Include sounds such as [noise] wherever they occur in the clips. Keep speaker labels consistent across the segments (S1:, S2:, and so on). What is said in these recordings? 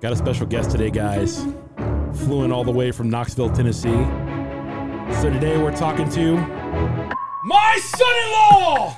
S1: Got a special guest today, guys. Flew in all the way from Knoxville, Tennessee. So today we're talking to my son-in-law.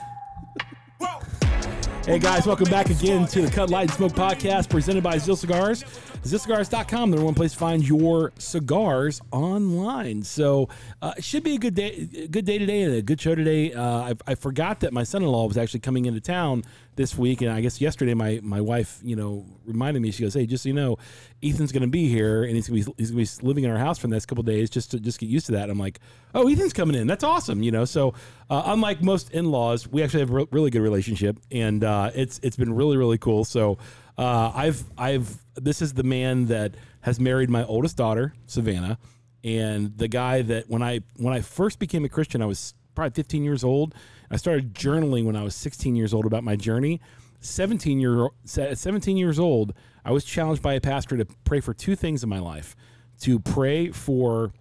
S1: Hey guys, welcome back again to the Cut Light and Smoke podcast presented by Zill Cigars. ZillCigars.com, they're one place to find your cigars online. So uh, it should be a good day, a good day today, and a good show today. Uh, I, I forgot that my son-in-law was actually coming into town this week, and I guess yesterday my my wife, you know, reminded me. She goes, "Hey, just so you know, Ethan's going to be here, and he's going to be he's going to be living in our house for the next couple days. Just to just get used to that." And I'm like, "Oh, Ethan's coming in. That's awesome." You know, so uh, unlike most in-laws, we actually have a re- really good relationship, and uh, it's it's been really really cool. So uh, I've I've this is the man that has married my oldest daughter, Savannah, and the guy that when I when I first became a Christian, I was probably 15 years old. I started journaling when I was 16 years old about my journey. 17 year at 17 years old, I was challenged by a pastor to pray for two things in my life: to pray for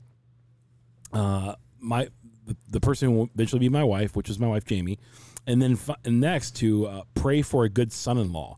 S1: uh, my the, the person who will eventually be my wife, which is my wife Jamie, and then fi- and next to uh, pray for a good son-in-law.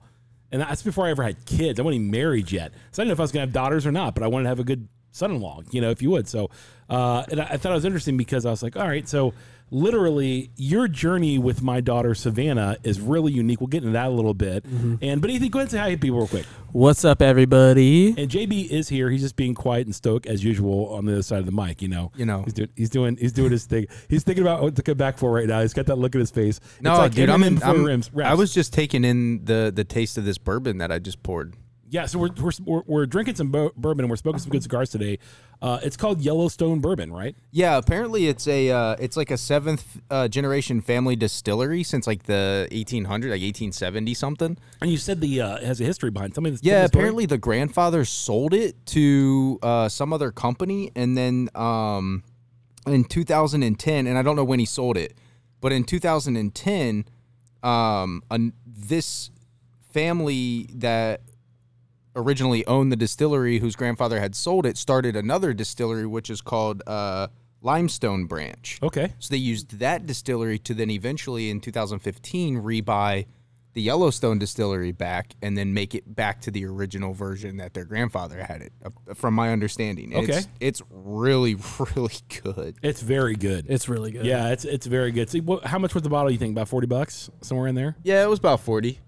S1: And that's before I ever had kids. I wasn't even married yet, so I didn't know if I was going to have daughters or not. But I wanted to have a good son-in-law, you know, if you would. So, uh, and I, I thought it was interesting because I was like, all right, so literally your journey with my daughter Savannah is really unique. We'll get into that a little bit. And but Ethan, go ahead and say hi to people real quick.
S2: What's up, everybody?
S1: And JB is here. He's just being quiet and stoic as usual on the other side of the mic. You know.
S3: You know.
S1: He's doing. He's doing. He's doing his thing. He's thinking about what to come back for right now. He's got that look in his face.
S3: No,
S1: It's like
S3: dude, I'm
S1: Eminem
S3: in.
S1: before
S3: I'm,
S1: rims- raps.
S3: I was just taking in the the taste of this bourbon that I just poured.
S1: Yeah. So we're we're, we're, we're drinking some bo- bourbon and we're smoking some good cigars today. Uh, it's called Yellowstone Bourbon, right?
S3: Yeah, apparently it's a uh, it's like a seventh uh, generation family distillery since like the 1800, like 1870 something.
S1: And you said the uh, it has a history behind. it. Tell me this. tell me
S3: Yeah,
S1: the story.
S3: apparently the grandfather sold it to uh, some other company, and then um, in 2010, and I don't know when he sold it, but in 2010, um, an, this family that originally owned the distillery, whose grandfather had sold it, started another distillery, which is called uh, Limestone Branch.
S1: Okay.
S3: So they used that distillery to then eventually in 2015 rebuy the Yellowstone distillery back and then make it back to the original version that their grandfather had it, uh, from my understanding. And It's,
S1: Okay.
S3: it's really, [laughs] really good.
S1: It's very good.
S2: It's really good.
S1: yeah, it's it's very good. See, what, how much was the bottle? You think about forty bucks, somewhere in there?
S3: Yeah, it was about 40.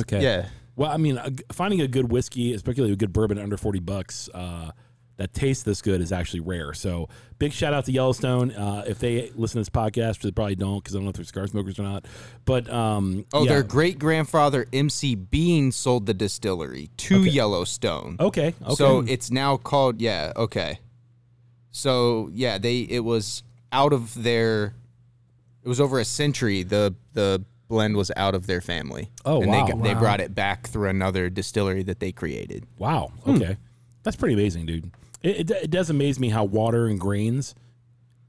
S1: Okay.
S3: Yeah.
S1: Well, I mean, uh, g- finding a good whiskey, especially a good bourbon under 40 bucks, uh, that tastes this good is actually rare. So, big shout out to Yellowstone. Uh, if they listen to this podcast, which they probably don't because I don't know if they're cigar smokers or not. But, um,
S3: Oh,
S1: yeah.
S3: their great grandfather, MC Bean, sold the distillery to Yellowstone.
S1: okay. Okay.
S3: So it's now called yeah, okay. So yeah, they it was out of their it was over a century the the blend was out of their family.
S1: Oh,
S3: and
S1: wow.
S3: they they brought it back through another distillery that they created.
S1: Wow.
S3: Hmm.
S1: Okay. That's pretty amazing, dude. It, it, it does amaze me how water and grains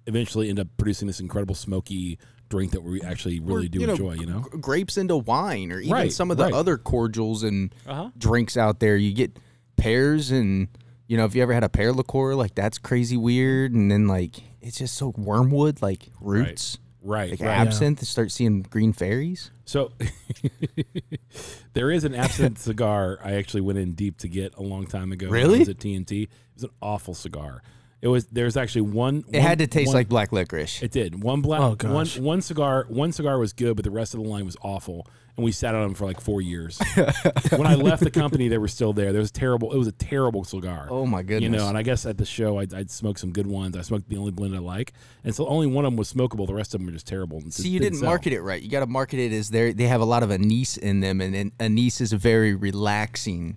S1: eventually end up producing this incredible smoky drink that we actually really do enjoy, you know?
S3: g- grapes into wine or even
S1: Right,
S3: some of the
S1: right.
S3: other cordials and drinks out there. You get pears and you know, if you ever had a pear liqueur, like that's crazy weird and then like it's just so wormwood like roots.
S1: Right.
S3: Like
S1: right.
S3: absinthe, start seeing green fairies.
S1: So [laughs] there is an absinthe cigar I actually went in deep to get a long time ago. when I
S3: Really?
S1: was at TNT. It was an awful cigar. It was there's actually one
S3: It had to taste like black licorice.
S1: it did. One black
S2: Oh,
S1: one one
S2: gosh.
S1: cigar one cigar was good, but the rest of the line was awful. And we sat on them for like four
S3: [laughs]
S1: years. when I left the company, they were still there. There was terrible it was a terrible cigar.
S3: Oh, my goodness.
S1: You know, and I guess at the show I'd, I'd smoke some good ones. I smoked the only blend I like. And so only one of them was smokable. The rest of them were just terrible. and
S3: See,
S1: just
S3: you didn't
S1: sell.
S3: market it right. You got to market it as they they have a lot of anise in them, and, and anise is very relaxing.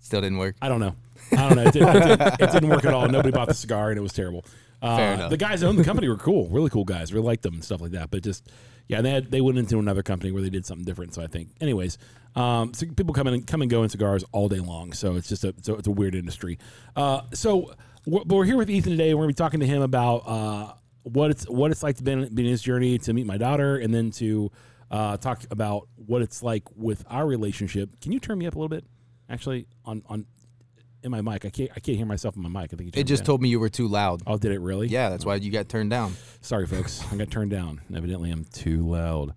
S3: Still didn't work.
S1: I don't know. I don't know. It didn't, it didn't, it didn't work at all. Nobody bought the cigar, and it was terrible. Uh,
S3: Fair enough.
S1: The guys that owned the company were cool, really cool guys. Really liked them and stuff like that. But just yeah, they had, they went into another company where they did something different. So I think, anyways, um, so people come in and come and go in cigars all day long. So it's just a so it's a weird industry. Uh, so we're, but we're here with Ethan today. We're gonna be talking to him about uh, what it's what it's like to be in, be in his journey to meet my daughter, and then to uh, talk about what it's like with our relationship. Can you turn me up a little bit? Actually, on on in my mic. I can't I can't hear myself in my mic. I think
S3: It just told me you were too loud.
S1: Oh, did it really?
S3: Yeah, that's why you got turned down.
S1: Sorry, folks. I got turned down. Evidently, I'm too loud.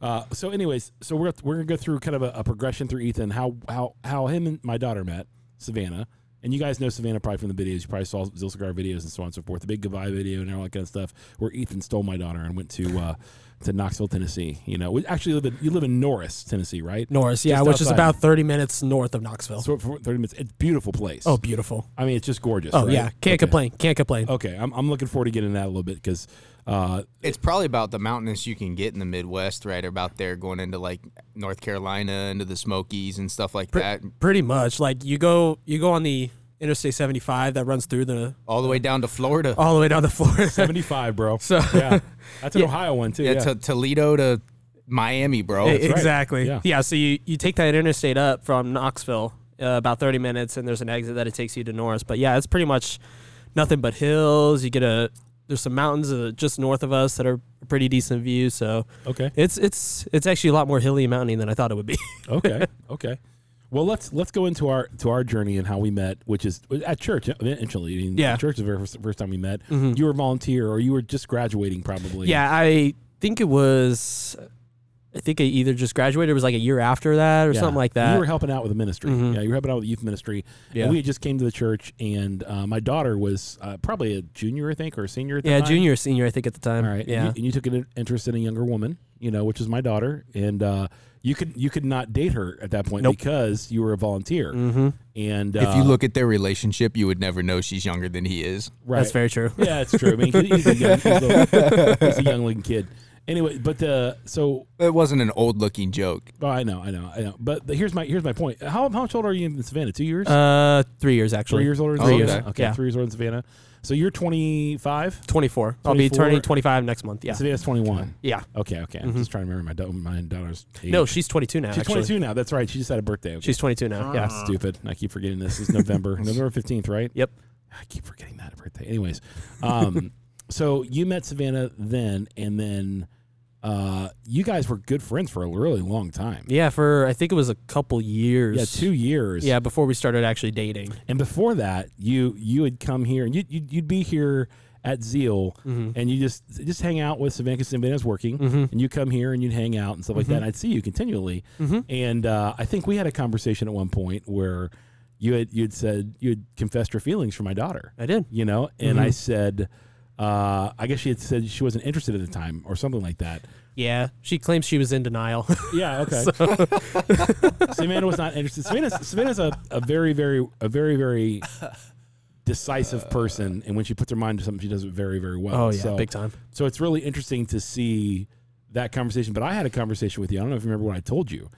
S1: Uh, so, anyways, so we're we're gonna go through kind of a, a progression through Ethan, how how how him and my daughter met Savannah, and you guys know Savannah probably from the videos. You probably saw Zil Cigar videos and so on and so forth. The big goodbye video and all that kind of stuff, where Ethan stole my daughter and went to uh, to Knoxville, Tennessee. You know, we actually live in, you live in Norris, Tennessee, right?
S2: Norris, yeah,
S1: Just
S2: which is
S1: outside.
S2: about 30 minutes north of Knoxville.
S1: So for thirty minutes, it's a beautiful place.
S2: oh, beautiful.
S1: I mean, it's just gorgeous.
S2: Oh,
S1: right?
S2: yeah. Can't
S1: Okay. Oh.
S2: complain. Can't complain.
S1: Okay, I'm, I'm looking forward to getting into that a little bit because
S2: [laughs]
S1: uh,
S3: It's probably about the mountainous you can get in the Midwest, right? About there, going into like North Carolina, into the Smokies and stuff like that,
S2: Pretty much. Like you go you go on the Interstate 75 that runs through the
S3: all the way down to Florida,
S1: Oh,
S2: all the [laughs] way down to Florida.
S1: 75, bro.
S2: So-
S1: yeah, that's an Ohio one too.
S3: yeah,
S1: Yeah,
S3: to Toledo to Miami, bro.
S2: E- exactly.
S1: Oh, Yeah.
S2: Yeah. So you, you take that interstate up from Knoxville, uh, about 30 minutes, and there's an exit that it takes you to Norris. But yeah, it's pretty much nothing but hills. You get a there's some mountains uh, just north of us that are a pretty decent view. So
S1: okay,
S2: it's it's it's actually a lot more hilly and mountainy than I thought it would be. [laughs]
S1: okay, okay. Well, let's let's go into our to our journey and how we met, which is uh, at church. Eventually, I mean,
S2: Yeah. Mm-hmm.
S1: church is the very first, first time we met. You were a volunteer, or you were just graduating, probably.
S2: yeah, I think it was. I think I either just graduated. It was like a year after that or
S1: Yeah.
S2: something like that. Mm-hmm.
S1: You were helping out with the ministry. Yeah, you were helping out with the youth ministry.
S2: Yeah.
S1: And we had just came to the church, and uh, my daughter was uh, probably a junior, I think, or a senior. At the
S2: yeah,
S1: time.
S2: junior or senior, I think at the time.
S1: All right. And
S2: Yeah.
S1: you, and you took an interest in a younger woman, you know, which is my daughter, and uh, you could you could not date her at that point
S2: Nope. Mm-hmm.
S1: because you were a volunteer. And uh,
S3: If you look at their relationship, you would never know she's younger than he is.
S1: right.
S2: That's very true.
S1: [laughs] Yeah, it's true. I mean, he's a young, he's a, he's a young-looking kid. Anyway, but uh, so
S3: It wasn't an old looking joke.
S1: oh, I know, I know, I know. But the- here's my here's my point. How how much older are you in Savannah? Two years,
S2: Uh, three years actually.
S1: three years older. Than
S3: three
S1: Savannah?
S3: years.
S1: Okay,
S2: Yeah.
S1: three years older than Savannah. So you're 25.
S2: 24. I'll be
S1: 24.
S2: turning 25 next month. Yeah.
S1: Savannah's 21.
S2: Yeah.
S1: Okay, okay. I'm just trying to remember my, da- my daughter's age.
S2: No, she's 22 now.
S1: she's
S2: actually.
S1: 22 now. That's right. She just had a birthday. Okay.
S2: She's 22 now.
S1: Yeah,
S2: Yeah.
S1: stupid. I keep forgetting this is November, November fifteenth, right?
S2: Yep.
S1: I keep forgetting that birthday. Anyways, um, [laughs] so you met Savannah then, and then uh, you guys were good friends for a really long time.
S2: Yeah, for I think it was a couple years.
S1: Yeah, two years.
S2: Yeah, before we started actually dating.
S1: and before that, you you would come here and you you'd, you'd be here at Zeal, and you just just hang out with Savannah because Savannah's working, and you come here and you'd hang out and stuff like that. And I'd see you continually, and uh, I think we had a conversation at one point where you had you'd said you had confessed your feelings for my daughter.
S2: I did.
S1: you know and i said uh, i guess she had said she wasn't interested at the time or something like that
S2: Yeah. She claims she was in denial. [laughs]
S1: yeah okay [laughs] savannah was not interested savannah's, savannah's a, a very very a very very decisive person and when she puts her mind to something she does it very very well
S2: Uh, oh yeah,
S1: so,
S2: big time.
S1: so it's really interesting to see that conversation but i had a conversation with you i don't know if you remember what i told you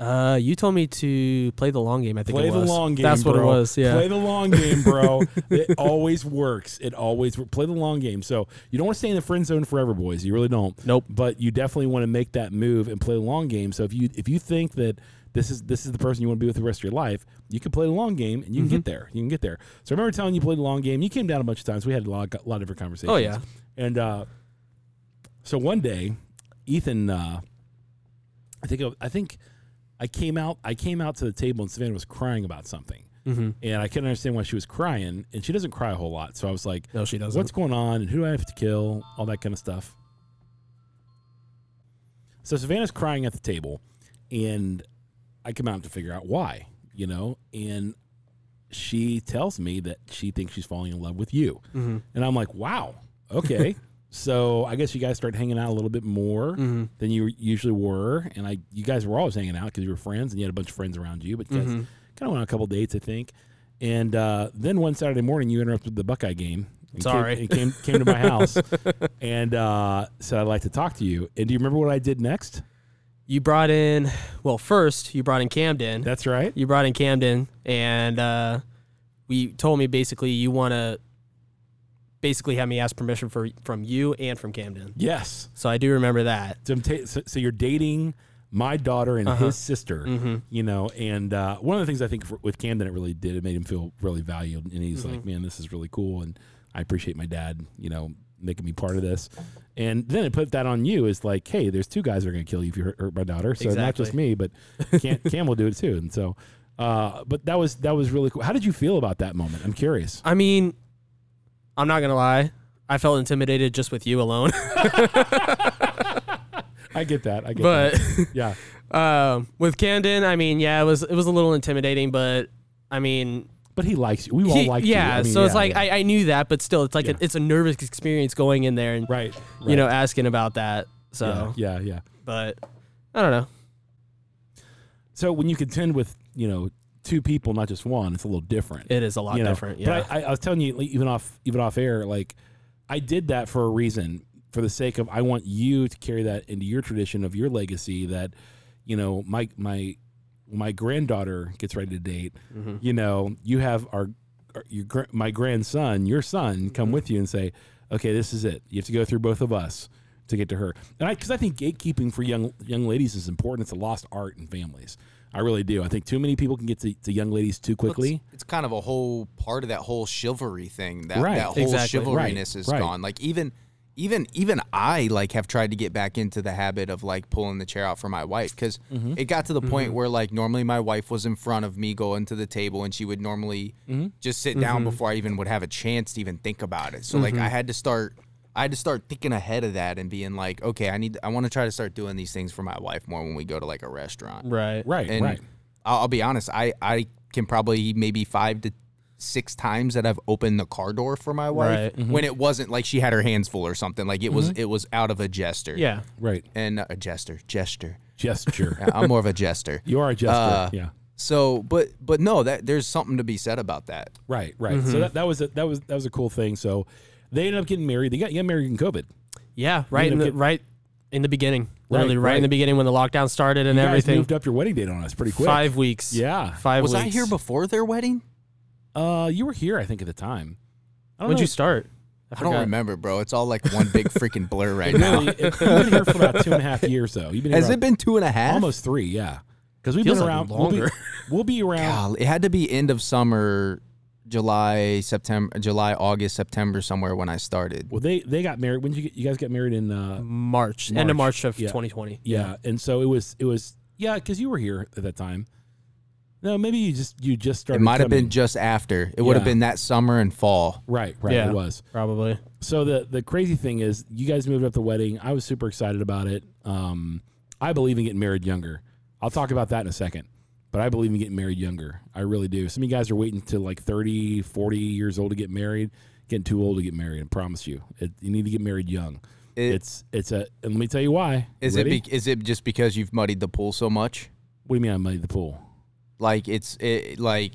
S2: Uh, you told me to play the long game. I think
S1: Play
S2: it
S1: the
S2: was.
S1: long game.
S2: That's what it
S1: bro.
S2: was. Yeah.
S1: Play the long game,
S2: [laughs]
S1: bro. it always works. It always wor- play the long game. So you don't want to stay in the friend zone forever, boys. You really don't.
S2: Nope.
S1: But you definitely want to make that move and play the long game. So if you if you think that this is this is the person you want to be with the rest of your life, you can play the long game and you can get
S2: Mm-hmm.
S1: there. You can get there. So I remember telling you play the long game. You came down a bunch of times. We had a lot a lot of different conversations.
S2: oh yeah.
S1: And uh, so one day, Ethan, uh, I think I think I came out I came out to the table and Savannah was crying about something,
S2: Mhm.
S1: and I couldn't understand why she was crying, and she doesn't cry a whole lot. So I was like,
S2: No, she doesn't.
S1: "What's going on? And who do I have to kill? All that kind of stuff." So Savannah's crying at the table, and I come out to figure out why, you know, and she tells me that she thinks she's falling in love with you.
S2: Mm-hmm.
S1: And I'm like, wow, okay. so I guess you guys start hanging out a little bit more
S2: Mm-hmm.
S1: than you usually were. And I, you guys were always hanging out because you were friends and you had a bunch of friends around you, but you guys
S2: Mm-hmm.
S1: kind of went on a couple dates, I think. And uh, then one Saturday morning, you interrupted the Buckeye game. and
S2: Sorry.
S1: Came, and came, came to my house and uh, said, I'd like to talk to you. And do you remember what I did next?
S2: You brought in. Well, first you brought in Camden.
S1: That's right.
S2: you brought in Camden, and uh, we told me basically you want to basically have me ask permission for from you and from Camden.
S1: Yes.
S2: So I do remember that.
S1: So, I'm ta- so, so you're dating my daughter and his sister,
S2: Mm-hmm.
S1: you know, and uh, one of the things I think for, with Camden it really did it made him feel really valued, and he's
S2: Mm-hmm.
S1: like, man, this is really cool, and I appreciate my dad, you know, making me part of this, and then it put that on you is like, hey, there's two guys that are gonna kill you if you hurt, hurt my daughter, so not just me, but Cam, Cam will do it too, and so. Uh, but that was that was really cool. How did you feel about that moment? I'm curious.
S2: I mean, I'm not gonna lie, I felt intimidated just with you alone.
S1: I get that. I get
S2: [laughs] but
S1: that. Yeah.
S2: [laughs] um, with Camden, I mean, yeah, it was it was a little intimidating, but I mean,
S1: But he likes you. We all
S2: he-
S1: like you.
S2: yeah.
S1: I mean,
S2: so it's
S1: yeah,
S2: like
S1: yeah.
S2: I, I knew that, but still, it's like
S1: Yeah.
S2: a, it's a nervous experience going in there and
S1: right,
S2: you
S1: right.
S2: know asking about that. So,
S1: Yeah, yeah, yeah.
S2: but I don't know.
S1: So when you contend with you know two people, not just one, it's a little different.
S2: It is a lot
S1: you know?
S2: different. Yeah.
S1: But I, I, I was telling you, like, even off even off air, like I did that for a reason, for the sake of I want you to carry that into your tradition of your legacy. That you know, my my my granddaughter gets ready to date. You know, you have our, our your gr- my grandson, your son, come with you and say, okay, this is it. You have to go through both of us. To get to her, and I, because I think gatekeeping for young young ladies is important. It's a lost art in families. I really do. I think too many people can get to, to young ladies too quickly.
S3: It's, it's kind of a whole part of that whole chivalry thing. That
S1: Right,
S3: that whole
S2: exactly.
S1: Right,
S3: chivalryness is
S1: right.
S3: gone. Like even even even I like have tried to get back into the habit of like pulling the chair out for my wife because
S1: Mm-hmm.
S3: it got to the point where like normally my wife was in front of me going to the table and she would normally
S1: Mm-hmm.
S3: just sit down before I even would have a chance to even think about it. So like
S1: Mm-hmm.
S3: I had to start. I had to start thinking ahead of that and being like, okay, I need, I want to try to start doing these things for my wife more when we go to like a restaurant.
S2: right.
S1: Right,
S3: And
S1: right.
S3: I'll, I'll be honest, I, I can probably maybe five to six times that I've opened the car door for my wife
S2: Right.
S3: when it wasn't like she had her hands full or something. Like it was it was out of a jester.
S2: Yeah.
S1: Right.
S3: And a jester, gesture.
S1: [laughs] Gesture.
S3: I'm more of a jester.
S1: you are a jester.
S3: Uh,
S1: yeah.
S3: So, but but no, that there's something to be said about that.
S1: Right. Right. So that, that was a, that was that was a cool thing. So they ended up getting married. They got, got married in COVID.
S2: Yeah. Right. In
S1: know,
S2: the,
S1: get-
S2: right in the beginning. Literally right,
S1: right.
S2: in the beginning when the lockdown started and
S1: You guys
S2: everything.
S1: moved up your wedding date on us pretty quick.
S2: Five weeks.
S1: Yeah.
S2: Five
S3: Was
S2: weeks.
S3: I here before their wedding?
S1: Uh, you were here, I think, at the time. I
S2: When'd you start?
S3: I don't
S2: forgot.
S3: remember, bro. It's all like one big freaking blur right
S1: [laughs]
S3: now.
S1: Really, it- you've been here for about two and a half years, though. You've been here
S3: Has
S1: about
S3: it been two and a half?
S1: almost three, yeah. Because we've
S2: Feels
S1: been
S2: like
S1: around we'll be-
S2: longer.
S1: [laughs] We'll be, around.
S3: Golly, it had to be end of summer, July, September, July, August, September, somewhere when I started.
S1: Well, they they got married. When did you get, you guys get married in? Uh,
S2: March, end of
S1: March.
S2: March of
S1: Yeah.
S2: 2020.
S1: yeah. And so it was it was yeah because you were here at that time. No, maybe you just you just
S3: It
S1: started.
S3: might have
S1: coming.
S3: been just after. It would have
S1: Yeah.
S3: been that summer and fall.
S1: right. Right.
S2: Yeah.
S1: It was.
S2: Probably.
S1: So the the crazy thing is, you guys moved up the wedding. I was super excited about it. Um, I believe in getting married younger. I'll talk about that in a second. But I believe in getting married younger. I really do. Some of you guys are waiting till like 30, 40 years old to get married. Getting too old to get married. I promise you. It, you need to get married young.
S3: It-
S1: it's it's a and let me tell you why.
S3: Is
S1: Ready?
S3: it? Be, is it just because you've muddied the pool so much?
S1: what do you mean I muddied the pool?
S3: Like it's it, like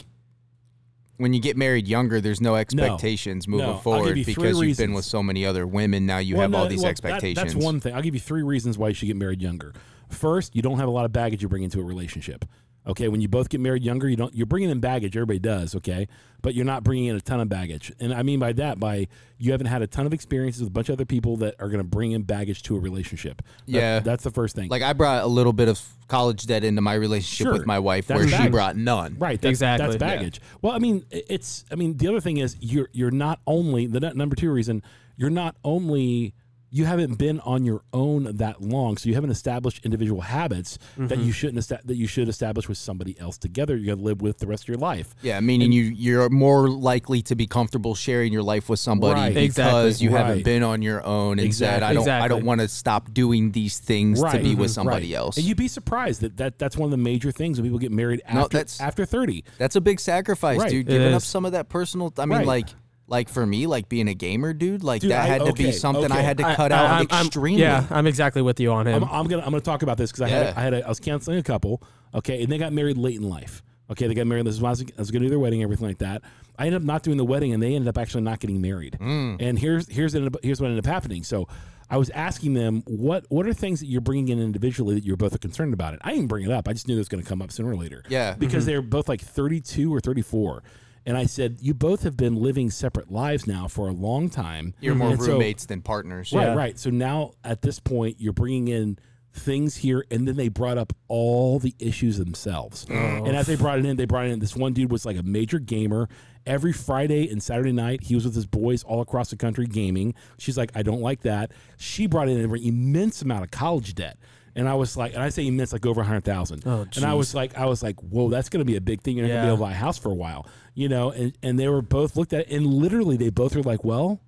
S3: when you get married younger, there's no expectations moving
S1: No. I'll give
S3: forward
S1: you three
S3: because you've been
S1: reasons.
S3: with so many other women. Now you
S1: Well,
S3: have all
S1: no,
S3: these
S1: well, that-
S3: expectations.
S1: that's one thing. I'll give you three reasons why you should get married younger. First, you don't have a lot of baggage you bring into a relationship. Okay, when you both get married younger, you don't you're bringing in baggage. Everybody does, okay, but you're not bringing in a ton of baggage. And I mean by that, by you haven't had a ton of experiences with a bunch of other people that are going to bring in baggage to a relationship. That-
S3: Yeah.
S1: that's the first thing.
S3: Like I brought a little bit of college debt into my relationship
S1: Sure.
S3: with my wife,
S1: That's
S3: where she
S1: baggage.
S3: brought none.
S1: Right. That's,
S2: Exactly.
S1: That's
S2: Yeah.
S1: baggage. Well, I mean, i- it's. I mean, the other thing is you're you're not only the nu- number two reason you're not only you haven't been on your own that long, so you haven't established individual habits that
S3: Mm-hmm.
S1: you shouldn't esta- that you should establish with somebody else together. You're gonna live with the rest of your life.
S3: Yeah, meaning you you're more likely to be comfortable sharing your life with somebody
S1: Right.
S3: because
S2: Exactly.
S3: you
S1: Right.
S3: haven't been on your own and said I don't I
S2: Exactly.
S3: don't want to stop doing these things to be with somebody
S1: right.
S3: else.
S1: And you'd be surprised that, that that's one of the major things when people get married after
S3: No, that's-
S1: after thirty.
S3: That's a big sacrifice,
S1: Right.
S3: dude.
S1: It
S3: Giving up
S2: is.
S3: some of that personal. I mean,
S1: Right.
S3: like like for me, like being a gamer, dude. Like
S1: Dude,
S3: that
S1: I-
S3: had to
S1: okay,
S3: be something I
S1: okay.
S3: had to
S2: I-
S3: cut
S2: I-
S3: out
S2: I'm- I'm-
S3: extremely.
S2: yeah, I'm exactly with you on
S1: I'm,
S2: him.
S1: I'm gonna I'm gonna talk about this because I
S3: Yeah.
S1: had I had a, I was counseling a couple, okay, and they got married late in life. Okay, they got married. This was, I was, I was gonna do their wedding, everything like that. I ended up not doing the wedding, and they ended up actually not getting married.
S3: Mm.
S1: And here's here's ended up, here's what ended up happening. So. I was asking them what what are things that you're bringing in individually that you're both concerned about it. I didn't bring it up. I just knew it was going to come up sooner or later.
S3: Yeah. Mm-hmm.
S1: because they're both like 32 or 34, and I said you both have been living separate lives now for a long time.
S3: You're more
S1: Mm-hmm. And so-
S3: roommates than partners.
S1: Right,
S2: Yeah.
S1: right. So now at this point, you're bringing in things here, and then they brought up all the issues
S2: Oh.
S1: themselves. And as they brought it in, they brought it in. This one dude was like a major gamer. Every Friday and Saturday night, he was with his boys all across the country gaming. She's like, I don't like that. She brought in an immense amount of college debt. And I was like, and I say immense, like over a hundred thousand. Oh, and I was like, I was like, whoa, that's going to be a big thing. You're not going to be
S2: Yeah.
S1: able to buy a house for a while, you know. And and they were both looked at, it, and literally, they both were like, well,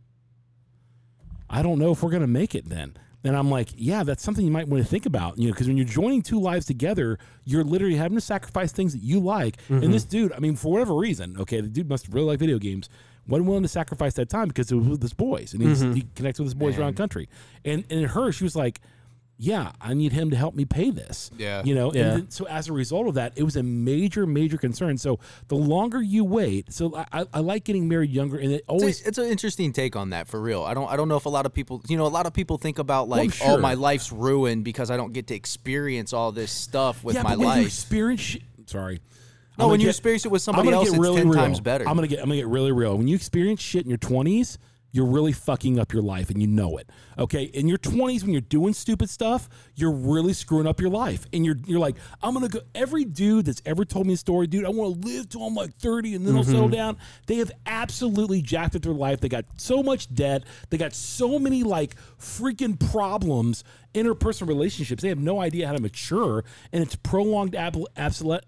S1: I don't know if we're gonna make it then. And I'm like, yeah, that's something you might want to think about, you know, because when you're joining two lives together, you're literally having to sacrifice things that you like. And this dude, I mean, for whatever reason, okay, the dude must really like video games. wasn't willing to sacrifice that time because it was with his boys, and he's, he connects with his boys around country. And and her, she was like, yeah, I need him to help me pay this.
S3: Yeah.
S1: you know.
S2: Yeah.
S1: And then, so as a result of that, it was a major, major concern. So the longer you wait, so I, I, I like getting married younger, and it always
S3: It's, a- it's an interesting take on that for real. I don't I don't know if a lot of people you know a lot of people think about
S1: I'm
S3: like
S1: sure.
S3: oh my life's ruined because I don't get to experience all this stuff with
S1: yeah,
S3: my
S1: but when you
S3: life.
S1: experience, sh- sorry. I'm
S3: No,
S1: gonna
S3: when you experience it with somebody
S1: I'm gonna
S3: else,
S1: get
S3: it's
S1: really
S3: 10
S1: real.
S3: times better.
S1: I'm gonna get I'm gonna get really real. When you experience shit in your 20s, you're really fucking up your life, and you know it. Okay, in your 20s, when you're doing stupid stuff, you're really screwing up your life, and you're you're like, I'm gonna go. Every dude that's ever told me a story, dude, I want to live till I'm like 30, and then I'll settle down. They have absolutely jacked up their life. They got so much debt. They got so many like freaking problems, interpersonal relationships. They have no idea how to mature, and it's prolonged abl- absolute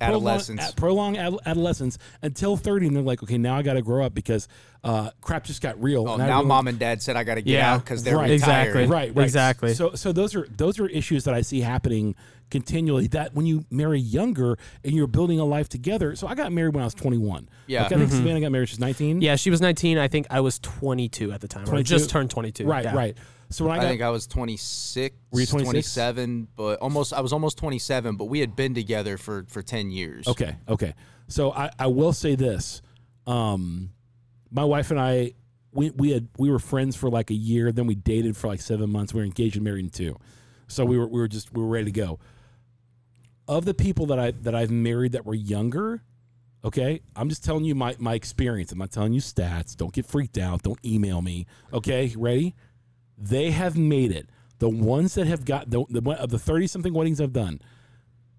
S3: Adolescence.
S1: prolong, ad- prolong ad- adolescence until 30 and they're like okay now i gotta grow up because uh, crap just got real
S3: Oh,
S1: and I
S3: now
S1: really-
S3: mom and dad said I got to get
S2: Yeah,
S3: out because they're
S1: right,
S3: retired.
S2: exactly.
S1: right right
S2: Exactly.
S1: so so those are those are issues that i see happening continually that when you marry younger and you're building a life together so i got married when i was 21
S3: Yeah.
S1: Like, i think savannah got married when she was 19
S2: Mm-hmm. Yeah, she was 19. I think I was 22 at the time. Or
S1: 22?
S2: just turned 22.
S1: right
S2: yeah.
S1: right so when i
S3: I
S1: got
S3: think I was 26,
S1: Were you 26?
S3: 27, but almost I was almost 27, but we had been together for for 10 years.
S1: Okay, okay. So I, I will say this. Um, my wife and I we, we had we were friends for like a year, then we dated for like seven months. We were engaged and married in two. So we were we were just we were ready to go. Of the people that I that I've married that were younger, okay, I'm just telling you my, my experience. I'm not telling you stats. Don't get freaked out. Don't email me. Okay, ready? They have made it. The ones that have got the, the one- of the thirty something weddings I've done,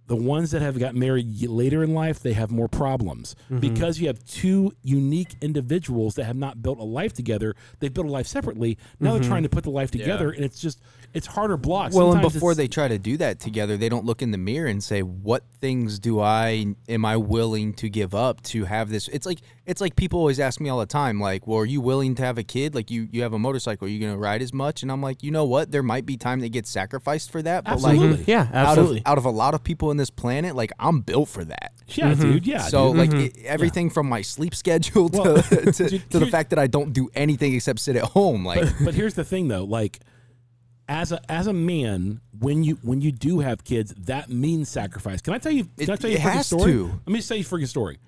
S1: the ones that have got married y- later in life they have more problems
S3: Mm-hmm.
S1: because you have two unique individuals that have not built a life together they've built a life separately now they're trying to put the life together and it's just it's harder blocks
S3: Mm-hmm. Well,
S1: Sometimes
S3: and before
S1: it's-
S3: they try to do that together, they don't look in the mirror and say, "What things do I am I willing to give up to have this?" It's like it's like people always ask me all the time, like, "Well, are you willing to have a kid? Like, you you have a motorcycle, are you going to ride as much?" And I'm like, you know what? There might be time that gets sacrificed for that, but
S1: Absolutely.
S3: like, Mm-hmm.
S1: Mhm.
S2: Yeah,
S3: out of
S2: absolutely.
S3: out of a lot of people in this planet, like, I'm built for that.
S1: yeah dude yeah
S3: Mm-hmm. So
S1: dude.
S3: like it, everything from my sleep schedule [laughs] to,
S1: Mm-hmm. Well, [laughs]
S3: to,
S1: dude,
S3: to the
S1: here-
S3: fact that I don't do anything except sit at home, like
S1: but, but here's the thing though like as a as a man when you when you do have kids that means sacrifice can i tell you can
S3: It-
S1: i tell you
S3: it
S1: a freaking
S3: has
S1: story
S3: to.
S1: let me just tell you a freaking story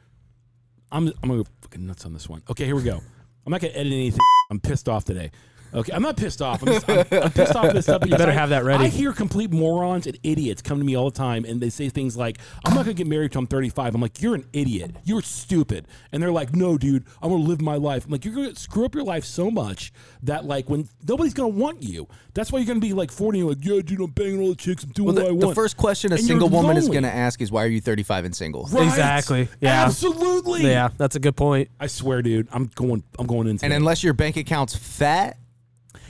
S1: i'm i'm gonna go fucking nuts on this one okay here we go i'm not gonna edit anything i'm pissed off today Okay, I'm not pissed off. I'm, just, I'm, I'm pissed off at this stuff. You
S2: better have that ready.
S1: I hear complete morons and idiots come to me all the time, and they say things like, "I'm not gonna get married till I'm 35." I'm like, "You're an idiot. You're stupid." And they're like, "No, dude, I'm gonna live my life." I'm like, "You're gonna screw up your life so much that like when nobody's gonna want you. That's why you're gonna be like 40 and you're like, yeah, dude, I'm banging all the chicks. I'm doing
S3: Well,
S1: what I
S3: the,
S1: want."
S3: the first question a
S1: And you're
S3: single woman is
S1: lonely.
S3: going to ask is, "Why are you 35 and single?"
S1: Right?
S2: Exactly. Yeah.
S1: Absolutely.
S2: Yeah, that's a good point.
S1: I swear, dude, I'm going. I'm going into.
S3: And
S1: it.
S3: unless your bank account's fat,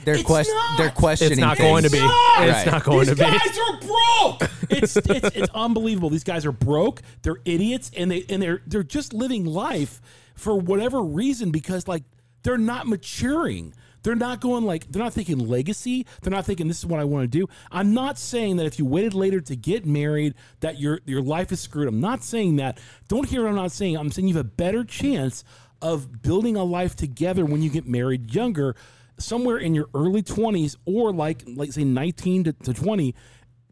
S3: they're
S1: It's
S3: quest-
S1: not.
S3: they're
S1: It's
S3: questioning.
S2: It's not
S3: things.
S2: going to be.
S1: not.
S2: It's
S3: Right.
S2: not going
S1: These
S2: to be.
S1: guys are broke. [laughs] It's, it's it's unbelievable. These guys are broke. They're idiots, and they and they're they're just living life for whatever reason because like they're not maturing. They're not going like they're not thinking legacy. They're not thinking this is what I want to do. I'm not saying that if you waited later to get married that your your life is screwed. I'm not saying that. Don't hear what I'm not saying. I'm saying you have a better chance of building a life together when you get married younger somewhere in your early 20s or like like say 19 to, to 20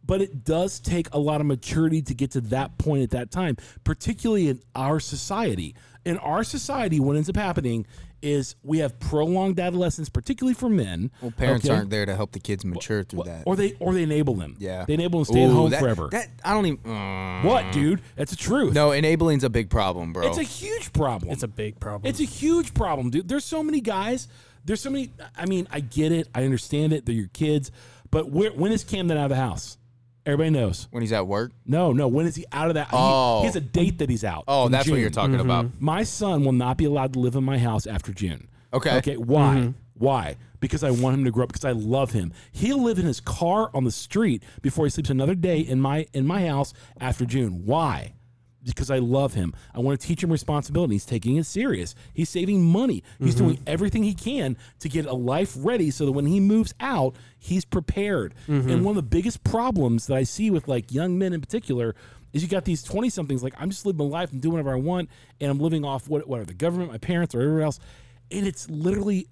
S1: but it does take a lot of maturity to get to that point at that time particularly in our society in our society what ends up happening is we have prolonged adolescence particularly for men
S3: Well, parents
S1: okay?
S3: aren't there to help the kids mature through that.
S1: or they or they enable them
S3: yeah,
S1: they enable them to stay at
S3: Ooh,
S1: home
S3: that-
S1: forever
S3: That I don't even. mm.
S1: what dude that's the truth
S3: No, enabling's a big problem, bro.
S1: it's a huge problem
S2: It's a big problem.
S1: It's a huge problem, dude. There's so many guys. There's so many. I mean, I get it. I understand it. They're your kids. But where, when is Camden out of the house? Everybody knows.
S3: when he's at work.
S1: No, no. When is he out of that? he-
S3: Oh.
S1: He, has a date that he's out.
S3: Oh,
S1: in
S3: that's what
S1: June.
S3: you're talking about.
S1: My son will not be allowed to live in my house after June.
S3: Okay.
S1: Okay. Why? Why? Because I want him to grow up. Because I love him. He'll live in his car on the street before he sleeps another day in my in my house after June. Why? because I love him. I want to teach him responsibility. He's taking it serious. He's saving money. He's doing everything he can to get a life ready so that when he moves out, he's prepared. And one of the biggest problems that I see with like young men in particular is you got these 20 somethings like I'm just living my life and doing whatever I want and I'm living off what whatever the government, my parents or everyone else. And it's literally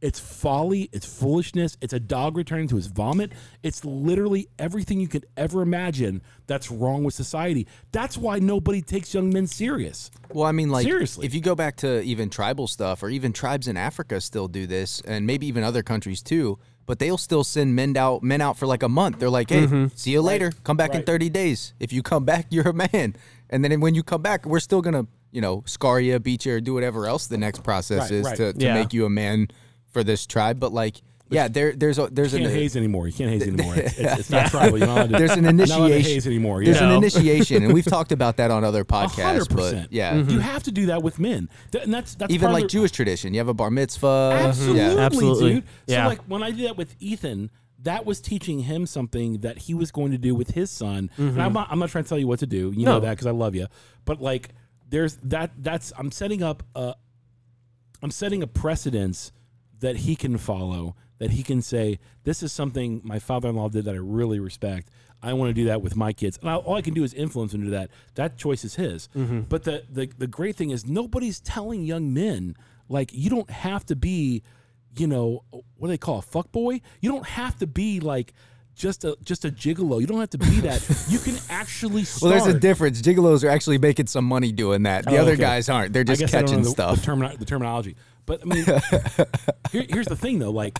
S1: it's folly, it's foolishness, it's a dog returning to his vomit. It's literally everything you could ever imagine that's wrong with society. That's why nobody takes young men serious.
S3: Well, I mean, like,
S1: Seriously.
S3: if you go back to even tribal stuff, or even tribes in Africa still do this, and maybe even other countries too. But they'll still send men out, men out for like a month. They're like, "Hey,
S1: Mm-hmm.
S3: see you later. Come back in
S1: Right.
S3: thirty days. If you come back, [laughs] you're a man. And then when you come back, we're still gonna, you know, scar you, beat you, or do whatever else the next
S1: Right,
S3: process is
S1: right.
S3: to, to
S2: Yeah.
S3: make you a man for this tribe." But like, yeah, there, there's a there's
S1: You
S3: an
S1: can't haze anymore. You can't
S3: [laughs]
S1: haze anymore. It's, it's, it's not tribal. You're not allowed to-
S3: there's an
S1: you're not allowed to
S3: initiation.
S1: haze anymore.
S3: There's
S1: Yeah.
S2: No.
S3: an initiation,
S1: [laughs]
S3: and we've talked about that on other
S1: A
S3: podcasts.
S1: hundred percent. Mm-hmm.
S3: But yeah,
S1: you have to do that with men. Th- and that's that's
S3: even
S1: part of
S3: like
S1: the-
S3: Jewish tradition. You have a bar mitzvah.
S1: Absolutely,
S3: Uh-huh. Yeah.
S2: Absolutely.
S1: dude.
S2: Yeah.
S1: So like when I did that with Ethan, that was teaching him something that he was going to do with his son. And I'm not, I'm not trying to tell you what to do. You know
S2: Mm-hmm. No.
S1: that because I love you. But like, there's that. That's I'm setting up a. I'm setting a precedence that he can follow. That he can say, "This is something my father-in-law did that I really respect. I want to do that with my kids." And I, all I can do is influence him to do that. That choice is his.
S3: Mm-hmm.
S1: But the, the the great thing is nobody's telling young men like you don't have to be you know what do they call a fuck boy you don't have to be like just a just a gigolo you don't have to be
S3: [laughs]
S1: that you can actually
S3: Well,
S1: start.
S3: there's a difference. Gigolos are actually making some money doing that. The
S1: Oh,
S3: other
S1: okay.
S3: guys aren't. They're
S1: I
S3: just
S1: guess I don't
S3: catching
S1: know the,
S3: stuff.
S1: the, termino- the terminology but i
S3: [laughs]
S1: mean here, here's the thing though like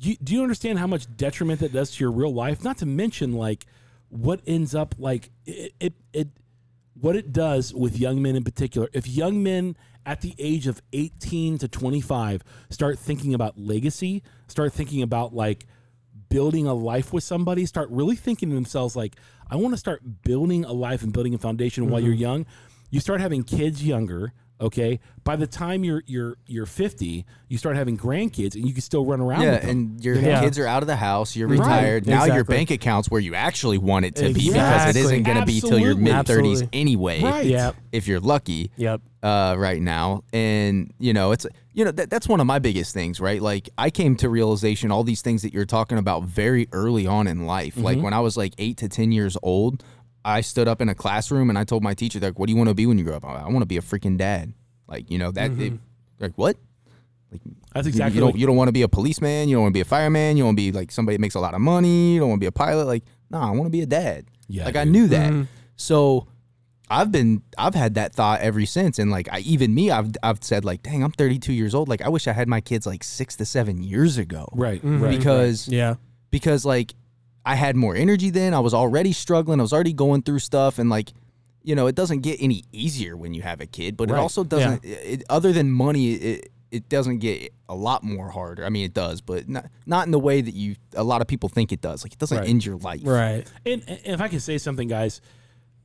S1: you, do you understand how much detriment that does to your real life not to mention like what ends up like it it, it what it does with young men in particular if young men at the age of 18 to 25 start thinking about legacy start thinking about like building a life with somebody start really thinking to themselves like i want to start building a life and building a foundation while
S3: Mm-hmm.
S1: you're young you start having kids younger okay by the time you're you're you're 50 you start having grandkids and you can still run around with
S3: yeah,
S1: them.
S3: and your
S2: know?
S3: kids are out of the house. You're retired. now your
S2: exactly.
S3: bank account's where you actually want it to be because
S2: Exactly.
S3: it isn't going to be till your
S1: Absolutely.
S3: mid 30s
S2: Absolutely.
S3: anyway.
S1: Right.
S2: Yep.
S3: If you're lucky.
S2: Yep.
S3: uh, right now. And you know, it's you know that, that's one of my biggest things, right? Like I came to realization all these things that you're talking about very early on in life. Like when I was like eight to ten years old, I stood up in a classroom and I told my teacher, like, "What do you want to be when you grow up?" I want to be a freaking dad. Like you know that. it- like what?
S1: that's
S3: You-
S1: exactly
S3: You
S1: what
S3: don't, you don't want to be a policeman. You don't want to be a fireman. You don't want to be like somebody that makes a lot of money. You don't want to be a pilot. Like, no, I want to be a dad.
S1: Yeah,
S3: like I
S1: dude.
S3: knew that. So I've been, I've had that thought ever since. And like, I, even me, I've, I've said like, dang, I'm 32 years old. Like, I wish I had my kids like six to seven years ago.
S1: right right
S3: Because
S2: Yeah.
S3: because like I had more energy then. I was already struggling. I was already going through stuff and like you know, it doesn't get any easier when you have a kid, but
S1: Right.
S3: it also doesn't it, other than money it it doesn't get a lot more harder. I mean, it does, but not not in the way that you a lot of people think it does. Like it doesn't
S1: Right.
S3: end your life.
S2: Right.
S1: And, and if I can say something, guys,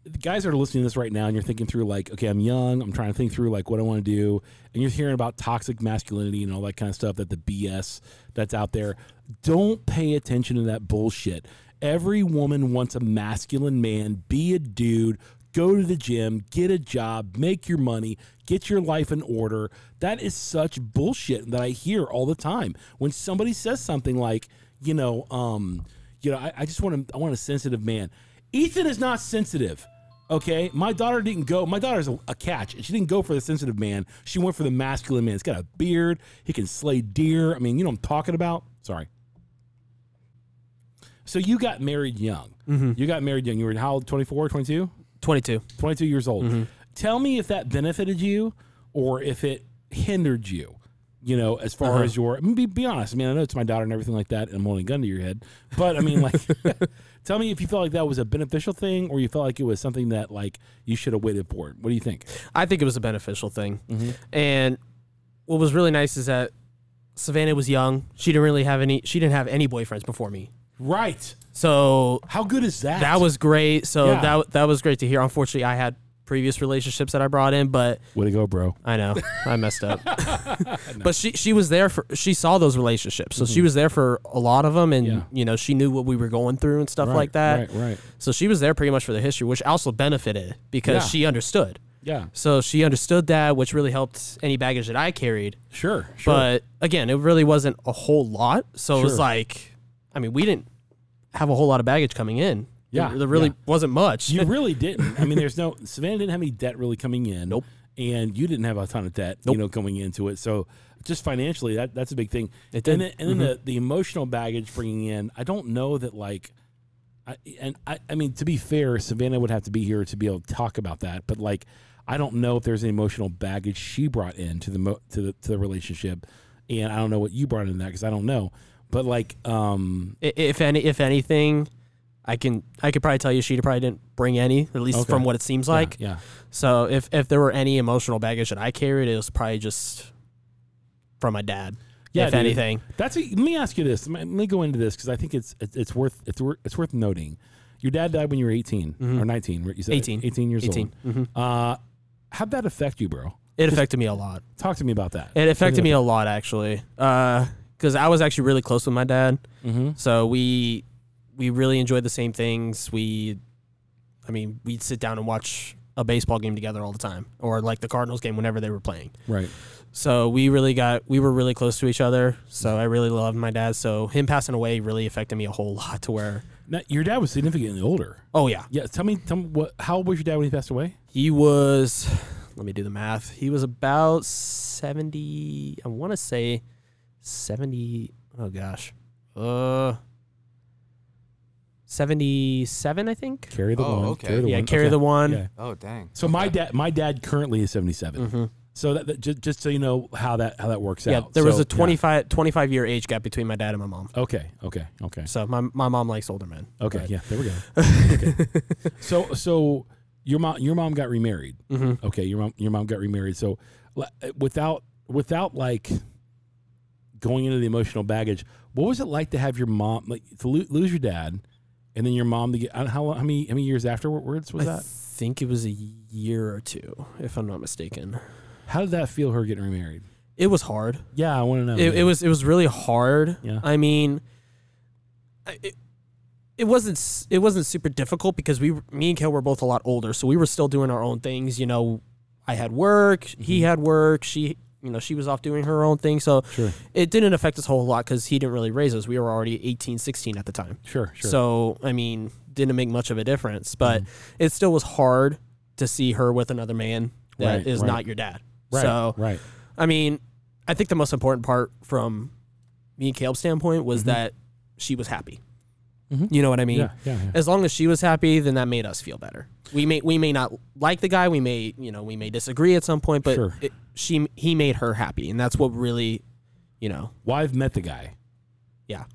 S1: the guys that are listening to this right now, and you're thinking through like, okay, I'm young, I'm trying to think through like what I want to do, and you're hearing about toxic masculinity and all that kind of stuff that the BS that's out there. Don't pay attention to that bullshit. Every woman wants a masculine man. Be a dude. Go to the gym, get a job, make your money, get your life in order. That is such bullshit that I hear all the time. When somebody says something like, you know, um, you know, I, I just want to, I want a sensitive man. Ethan is not sensitive. Okay, my daughter didn't go. My daughter's a, a catch, and she didn't go for the sensitive man. She went for the masculine man. He's got a beard. He can slay deer. I mean, you know what I'm talking about. Sorry. So you got married young. You got married young. You were how old? 24, 22?
S2: 22.
S1: 22 years old.
S2: Mm-hmm.
S1: Tell me if that benefited you or if it hindered you, you know, as far
S2: Uh-huh.
S1: as your, I mean, be, be honest. I mean, I know it's my daughter and everything like that, and I'm holding a gun to your head, but I mean,
S2: [laughs]
S1: like, tell me if you felt like that was a beneficial thing or you felt like it was something that, like, you should have waited for. What do you think?
S2: I think it was a beneficial thing. And what was really nice is that Savannah was young. She didn't really have any. She didn't have any boyfriends before me.
S1: Right.
S2: So
S1: How good is that?
S2: that was great. So
S1: Yeah.
S2: that that was great to hear. Unfortunately, I had previous relationships that I brought in, but
S1: Way to go, bro.
S2: I know I messed up. But she she was there for she saw those relationships, so she was there for a lot of them, and
S1: Yeah.
S2: you know she knew what we were going through and stuff
S1: Right,
S2: like
S1: Right,
S2: that.
S1: right.
S2: So she was there pretty much for the history, which also benefited because
S1: Yeah.
S2: she understood.
S1: Yeah,
S2: So she understood that, which really helped any baggage that I carried.
S1: sure, sure.
S2: But again, it really wasn't a whole lot. So it was
S1: Sure.
S2: like, I mean, we didn't have a whole lot of baggage coming in.
S1: Yeah,
S2: There, there really
S1: yeah.
S2: wasn't
S1: [laughs]
S2: much.
S1: you really didn't. I mean, there's no Savannah didn't have any debt really coming in.
S2: Nope.
S1: And you didn't have a ton of debt, you know, coming into it. So just financially, that that's a big thing. and
S2: It did. Mm-hmm.
S1: then, and then the, the emotional baggage bringing in. I don't know that like, I, and I, I mean to be fair, Savannah would have to be here to be able to talk about that. But like, I don't know if there's an emotional baggage she brought into the mo- to the to the relationship, and I don't know what you brought in that because I don't know. But like, um,
S2: I- if any, if anything, I can I could probably tell you she probably didn't bring any, at least
S1: Okay.
S2: from what it seems like.
S1: yeah,
S2: So if if there were any emotional baggage that I carried, it was probably just from my dad.
S1: Yeah,
S2: if
S1: dude.
S2: anything,
S1: That's a, let me ask you this. Let me go into this because I think it's it's it's worth it's worth it's worth noting. Your dad died when you were 18
S2: Mm-hmm.
S1: or nineteen. right? You said
S2: 18.
S1: eighteen years
S2: 18.
S1: old. Uh, how'd that affect you, bro?
S2: it affected me a lot.
S1: Talk to me about
S2: [laughs]
S1: that.
S2: It affected me a lot actually, because I was actually really close with my dad.
S1: Mhm.
S2: So we we really enjoyed the same things. We, I mean, we'd sit down and watch a baseball game together all the time, or like the Cardinals game whenever they were playing.
S1: Right.
S2: So we really got we were really close to each other. So I really loved my dad. So him passing away really affected me a whole lot. To where,
S1: Now, your dad was significantly older.
S2: oh yeah,
S1: Yeah. Tell me, tell me what? How old was your dad when he passed away?
S2: he was. Let me do the math. He was about seventy. I want to say seventy. Oh gosh, uh, seventy-seven. I think.
S1: Carry the
S3: Oh,
S1: one.
S3: okay.
S1: Carry the
S2: yeah,
S1: one.
S2: carry
S1: Okay.
S2: the one. Mm.
S1: Yeah.
S3: Oh dang.
S1: So my dad, my dad currently is 77 So that, that just, just so you know how that how that works
S2: Mm-hmm. Yeah,
S1: out.
S2: there was
S1: So-
S2: a 25, 25 year age gap between my dad and my mom.
S1: yeah. Okay. Okay. Okay.
S2: So my, my mom likes older men.
S1: Okay,
S2: But-
S1: yeah, there we go. [laughs] Okay. so, so your mom, your mom got remarried. Mm-hmm. Okay, your mom, your mom got remarried. So, l- without, without like going into the emotional baggage, what was it like to have your mom, like to lo- lose your dad, and then your mom to get? I don't- How long- how many how many years afterwards was
S2: I
S1: that?
S2: think it was a year or two, if I'm not mistaken.
S1: How did that feel? Her getting remarried?
S2: It was hard.
S1: Yeah, I want to know.
S2: It, it was it was really hard.
S1: Yeah.
S2: I mean, I- it, it wasn't s- it wasn't super difficult because we were- me and Kel were both a lot older, so we were still doing our own things. You know, I had work, he
S1: Mm-hmm.
S2: had work, she you know she was off doing her own thing, so
S1: Sure.
S2: it didn't affect us a whole lot because he didn't really raise us. We were already 18, 16 at the time.
S1: sure, sure. Mm-hmm.
S2: So I mean, didn't make much of a difference, but it still was hard to see her with another man that is
S1: Right, right.
S2: not your dad.
S1: right,
S2: so
S1: right,
S2: I mean, I think the most important part from me and Caleb's standpoint was that she was happy. You know what I mean?
S1: Mm-hmm. yeah, yeah, yeah.
S2: As long as she was happy, then that made us feel better. We may we may not like the guy, we may you know we may disagree at some point, but
S1: Sure.
S2: it, she he made her happy, and that's what really, you know,
S1: Well, I've met the guy.
S2: yeah,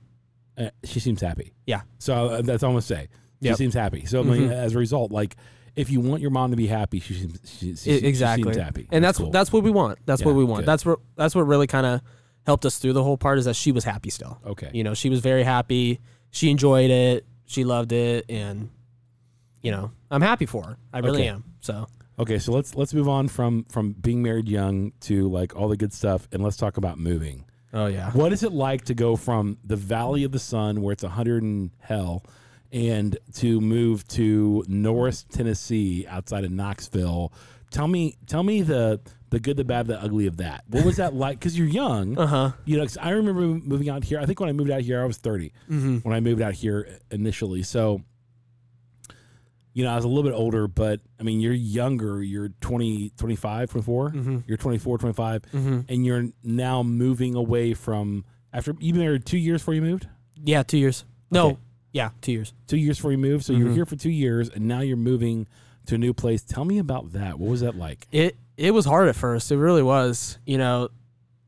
S1: Uh, she seems happy.
S2: yeah,
S1: So uh, that's all I'm gonna say. She
S2: Yep. Mm-hmm.
S1: seems happy. So I mean, as a result, like if you want your mom to be happy, she seems she, she,
S2: I-
S1: she
S2: E, exactly.
S1: seems happy,
S2: And that's
S1: cool.
S2: that's what we want. That's what
S1: Yeah,
S2: we want.
S1: good.
S2: That's what that's what really kind of helped us through the whole part is that she was happy still.
S1: Okay.
S2: You know, she was very happy. She enjoyed it. She loved it, and you know, I'm happy for her. I really
S1: Okay.
S2: am. So
S1: okay. So let's let's move on from from being married young to like all the good stuff, and let's talk about moving.
S2: oh yeah,
S1: What is it like to go from the Valley of the Sun, where it's hundred and hell, and to move to Norris, Tennessee, outside of Knoxville? Tell me, tell me the the good, the bad, the ugly of that. What was that like? Because you're young.
S2: uh huh.
S1: you know, 'cause I remember moving out here. I think when I moved out here, I was 30
S2: Mm-hmm.
S1: when I moved out here initially. So, you know, I was a little bit older, but I mean, you're younger. You're 20, 25, 24.
S2: Mm-hmm.
S1: You're 24, 25. And you're now moving away from after you've been married two years before you moved?
S2: Yeah, two years. No,
S1: Okay.
S2: yeah, two years.
S1: Two years before you moved. So you're here for two years and now you're moving to a new place. Tell me about that. What was that like?
S2: it it was hard at first. It really was. You know,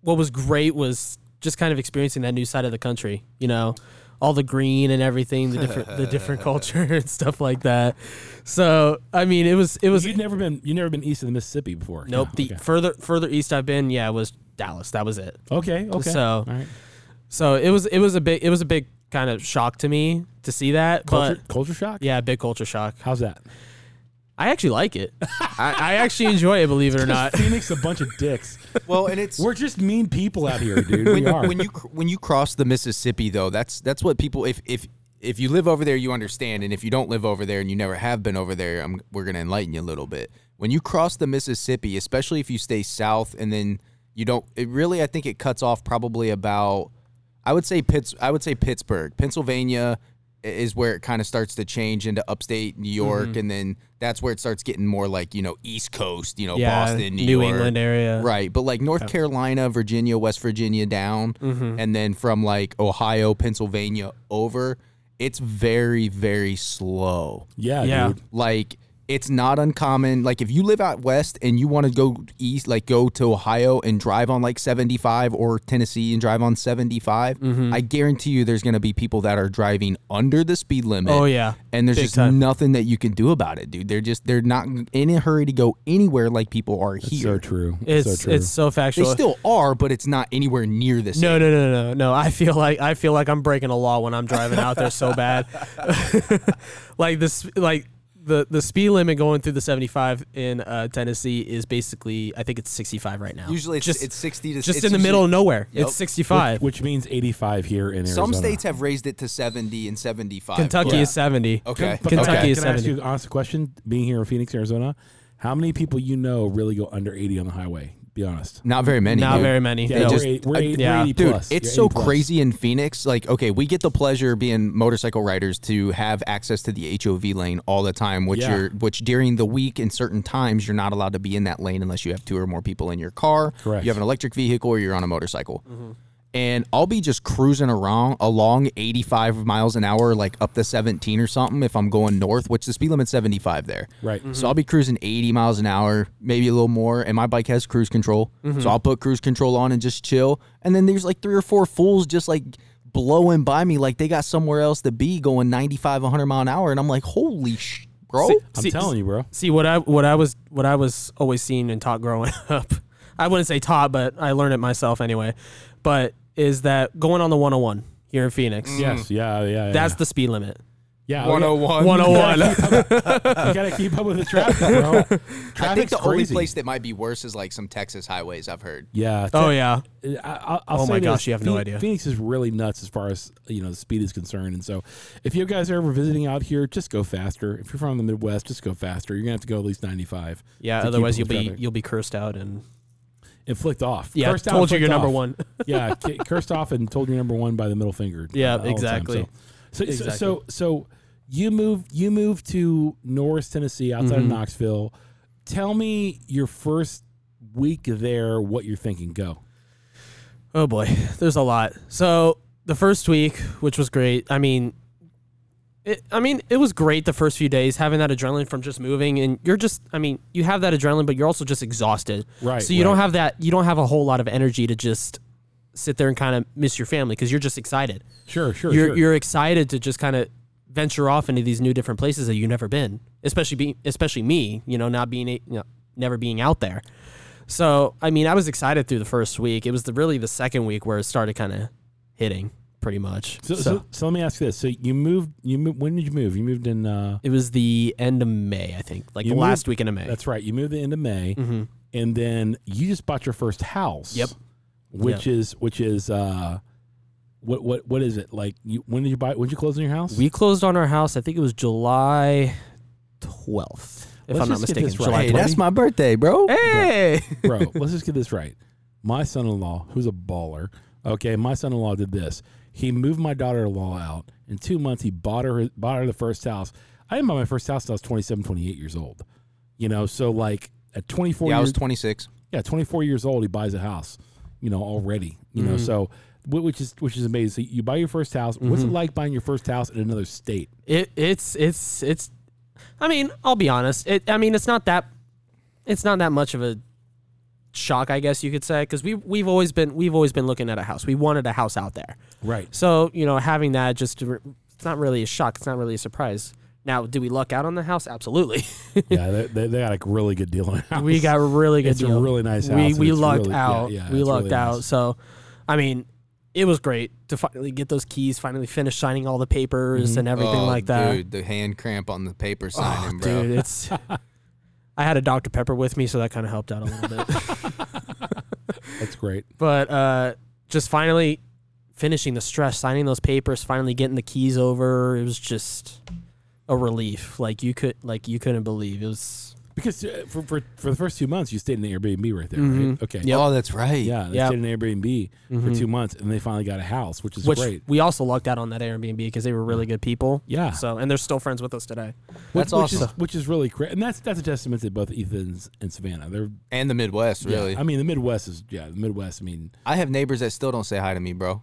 S2: what was great was just kind of experiencing that new side of the country. You know, all the green and everything, the different the different culture [laughs] and stuff like that. So I mean, it was it was
S1: You'd never been you've never been east of the Mississippi before.
S2: nope.
S1: Yeah,
S2: The further further east I've been, yeah, was Dallas. That was it.
S1: okay. Okay. Okay.
S2: So
S1: All right.
S2: so it was it was a big it was a big kind of shock to me to see that.
S1: Culture,
S2: But
S1: culture shock?
S2: yeah, big culture shock.
S1: How's that?
S2: I actually like
S3: [laughs]
S2: it. I, I actually enjoy it, believe it or not.
S1: Phoenix a bunch of dicks.
S3: Well, and
S1: [laughs]
S3: it's
S1: We're just mean people out here, dude.
S3: when,
S1: We are.
S3: when you cr- when you cross the Mississippi though, that's that's what people if if if you live over there, you understand, and if you don't live over there and you never have been over there, I'm, we're gonna enlighten you a little bit. When you cross the Mississippi, especially if you stay south, and then you don't, it really I think it cuts off probably about I would say Pitts I would say Pittsburgh, Pennsylvania i- is where it kind of starts to change into upstate New York, and then that's where it starts getting more like you know East Coast, you know
S2: Yeah,
S3: Boston, New,
S2: New
S3: York.
S2: England area.
S3: [laughs] Right. But like North Carolina, Virginia, West Virginia down,
S2: Mm-hmm.
S3: and then from like Ohio, Pennsylvania over, it's very, very slow.
S1: yeah,
S2: Yeah.
S1: dude.
S3: Like, it's not uncommon. Like, if you live out west and you want to go east, like go to Ohio and drive on like 75 or Tennessee and drive on 75,
S2: Mm-hmm.
S3: I guarantee you there's going to be people that are driving under the speed limit.
S2: Oh, yeah.
S3: And there's
S2: Big
S3: just
S2: time.
S3: nothing that you can do about it, dude. They're just, they're not in a hurry to go anywhere like people are here.
S1: So true.
S2: It's
S1: so true.
S2: it's so
S3: They
S2: factual.
S3: still are, but it's not anywhere near the same.
S2: no, no, no, no, no. I feel like I feel like I'm breaking a law when I'm driving out there
S3: [laughs]
S2: so bad. [laughs] like this, like the the speed limit going through the 75 in uh, Tennessee is basically I think it's 65 right now.
S3: Usually it's,
S2: just
S3: it's 60 to
S2: just
S3: it's
S2: in the
S3: usually-
S2: middle of nowhere.
S3: Yep.
S2: It's 65.
S1: which means 85 here in Arizona.
S3: Some states have raised it to 70 and 75.
S2: Kentucky
S3: Yeah.
S2: is 70.
S3: Okay.
S1: But
S2: Kentucky
S1: can I,
S2: is
S1: can I ask
S2: 70.
S1: you an honest question? Being here in Phoenix, Arizona, how many people you know really go under 80 on the highway? Be honest.
S3: Not very many.
S2: Not
S3: dude.
S2: very many.
S1: Yeah,
S2: No.
S1: we're,
S3: just-
S1: eight, we're, eight,
S2: yeah.
S1: we're 80
S3: Dude,
S1: plus.
S3: it's
S1: You're
S3: so
S1: 80 plus.
S3: crazy in Phoenix. Like, okay, we get the pleasure being motorcycle riders to have access to the HOV lane all the time, which
S1: Yeah.
S3: you're which during the week and certain times you're not allowed to be in that lane unless you have two or more people in your car.
S1: Correct.
S3: You have an electric vehicle or you're on a motorcycle. And I'll be just cruising around along 85 miles an hour, like up to 17 or something, if I'm going north, which the speed limit's 75 there.
S1: Right.
S3: So I'll be cruising 80 miles an hour, maybe a little more, and my bike has cruise control.
S2: Mm-hmm.
S3: So I'll put cruise control on and just chill. And then there's like three or four fools just like blowing by me, like they got somewhere else to be going 95, 100 mile an hour. And I'm like, holy sh, bro.
S1: I'm
S2: See-
S1: telling you, bro.
S2: See what I what I was what I was always seen and taught growing [laughs] up. I wouldn't say taught, but I learned it myself anyway. But is that going on the 101 here in Phoenix?
S3: mm.
S1: Yes. Yeah. Yeah. yeah
S2: That's the speed limit.
S1: yeah. oh, yeah.
S3: 101. [laughs]
S2: 101.
S1: you gotta [laughs] keep up with the traffic, bro. Traffic's
S3: I think the
S1: crazy.
S3: only place that might be worse is like some Texas highways, I've heard.
S1: Yeah.
S2: oh yeah.
S1: I, I- I'll
S2: Oh
S1: say
S2: my
S1: this,
S2: gosh, you have no
S1: Phoe-
S2: idea.
S1: Phoenix is really nuts as far as you know the speed is concerned, and so if you guys are ever visiting out here, just go faster. If you're from the Midwest, just go faster. You're gonna have to go at least 95.
S2: Yeah,
S1: to keep
S2: otherwise
S1: up with
S2: you'll be
S1: traffic.
S2: you'll be cursed out and
S1: and flicked off.
S2: yeah,
S1: Cursed out and
S2: told you you're
S1: flicked
S2: number
S1: off.
S2: 1.
S1: [laughs] yeah, ki- cursed off and told you number one by the middle finger.
S2: Yeah,
S1: all the time,
S2: exactly.
S1: So, so,
S2: Exactly.
S1: so, so you moved you moved to Norris, Tennessee, outside
S2: Mm-hmm.
S1: of Knoxville. Tell me your first week there, what you're thinking. Go.
S2: Oh boy, there's a lot. So the first week, which was great. I mean, it, I mean, it was great the first few days having that adrenaline from just moving, and you're just, I mean, you have that adrenaline, but you're also just exhausted.
S1: Right,
S2: So you don't
S1: right.
S2: have that. You don't have a whole lot of energy to just sit there and kind of miss your family because you're just excited.
S1: Sure, sure,
S2: you're
S1: sure.
S2: you're excited to just kind of venture off into these new different places that you've never been, especially be, especially me, you know, not being a, you know, never being out there. So I mean, I was excited through the first week. It was the, really the second week where it started kind of hitting, pretty much.
S1: so,
S2: So,
S1: so, so let me ask you this. So you moved. You moved, when did you move? You moved in. Uh,
S2: it was the end of May, I think, like
S1: You
S2: the last
S1: moved-
S2: weekend of May.
S1: that's right. You moved the end of May, and then you just bought your first house.
S2: Yep.
S1: Which is which is uh, what what what is it like? You, when did you buy? When did you close on your house?
S2: we closed on our house. I think it was July twelfth, if
S1: Let's
S2: I'm not
S1: just get this
S2: mistaken.
S1: right.
S2: July
S1: Hey,
S2: twelfth.
S1: that's
S3: my birthday, bro.
S2: Hey,
S1: [laughs]
S2: [laughs]
S1: bro, let's just get this right. My son in law, who's a baller, okay, my son in law did this. He moved my daughter in law out. In two months, he bought her bought her the first house. I didn't buy my first house until I was 27, 28 years old. You know, so like at 24
S3: Yeah, I
S1: years,
S3: was 26.
S1: yeah, 24 years old, he buys a house, you know, already, you know, so wh- which is which is amazing. So you buy your first house. What's it like buying your first house in another state?
S2: It it's it's it's. I mean, I'll be honest. It I mean, it's not that. It's not that much of a shock, I guess you could say, because we we've always been we've always been looking at a house. We wanted a house out there,
S1: Right.
S2: so you know having that just it's not really a shock. It's not really a surprise. Now, do we luck out on the house? Absolutely,
S1: [laughs] Yeah, they, they, they got a really good deal on a house.
S2: [laughs] we got a really good.
S1: It's a
S2: deal.
S1: really nice house,
S2: We
S1: and
S2: we
S1: it's
S2: lucked
S1: really- yeah,
S2: out.
S1: yeah,
S2: we
S1: it's
S2: lucked
S1: really
S2: out.
S1: nice.
S2: So, I mean, it was great to finally get those keys, finally finish signing all the papers and everything
S3: Oh,
S2: like that. Ah,
S3: Dude, the hand cramp on the paper signing, bro.
S2: Oh,
S1: [laughs]
S2: Dude, it's. I had a Dr Pepper with me, so that kind of helped out a little bit.
S1: [laughs]
S2: [laughs]
S1: That's great.
S2: but uh, just finally finishing the stress, signing those papers, finally getting the keys over. It was just a relief. Like you could, like you couldn't believe it was.
S1: Because uh, for, for for the first two months, you stayed in the Airbnb right there, right?
S2: Mhm.
S1: Okay.
S2: Yep.
S3: Oh, that's right.
S1: Yeah, they
S2: Yep.
S1: stayed in an Airbnb for
S2: Mhm.
S1: two months, and they finally got a house, which is
S2: Which
S1: great.
S2: we also lucked out on that Airbnb because they were really good people.
S1: Yeah, Ah.
S2: So and they're still friends with us today.
S1: which,
S3: That's awesome.
S1: Which is, which is really great, and that's that's a testament to both Ethan and Savannah. They're
S3: And the Midwest,
S1: yeah,
S3: really.
S1: I mean, the Midwest is yeah, the Midwest. I mean,
S3: I have neighbors that still don't say hi to me, bro.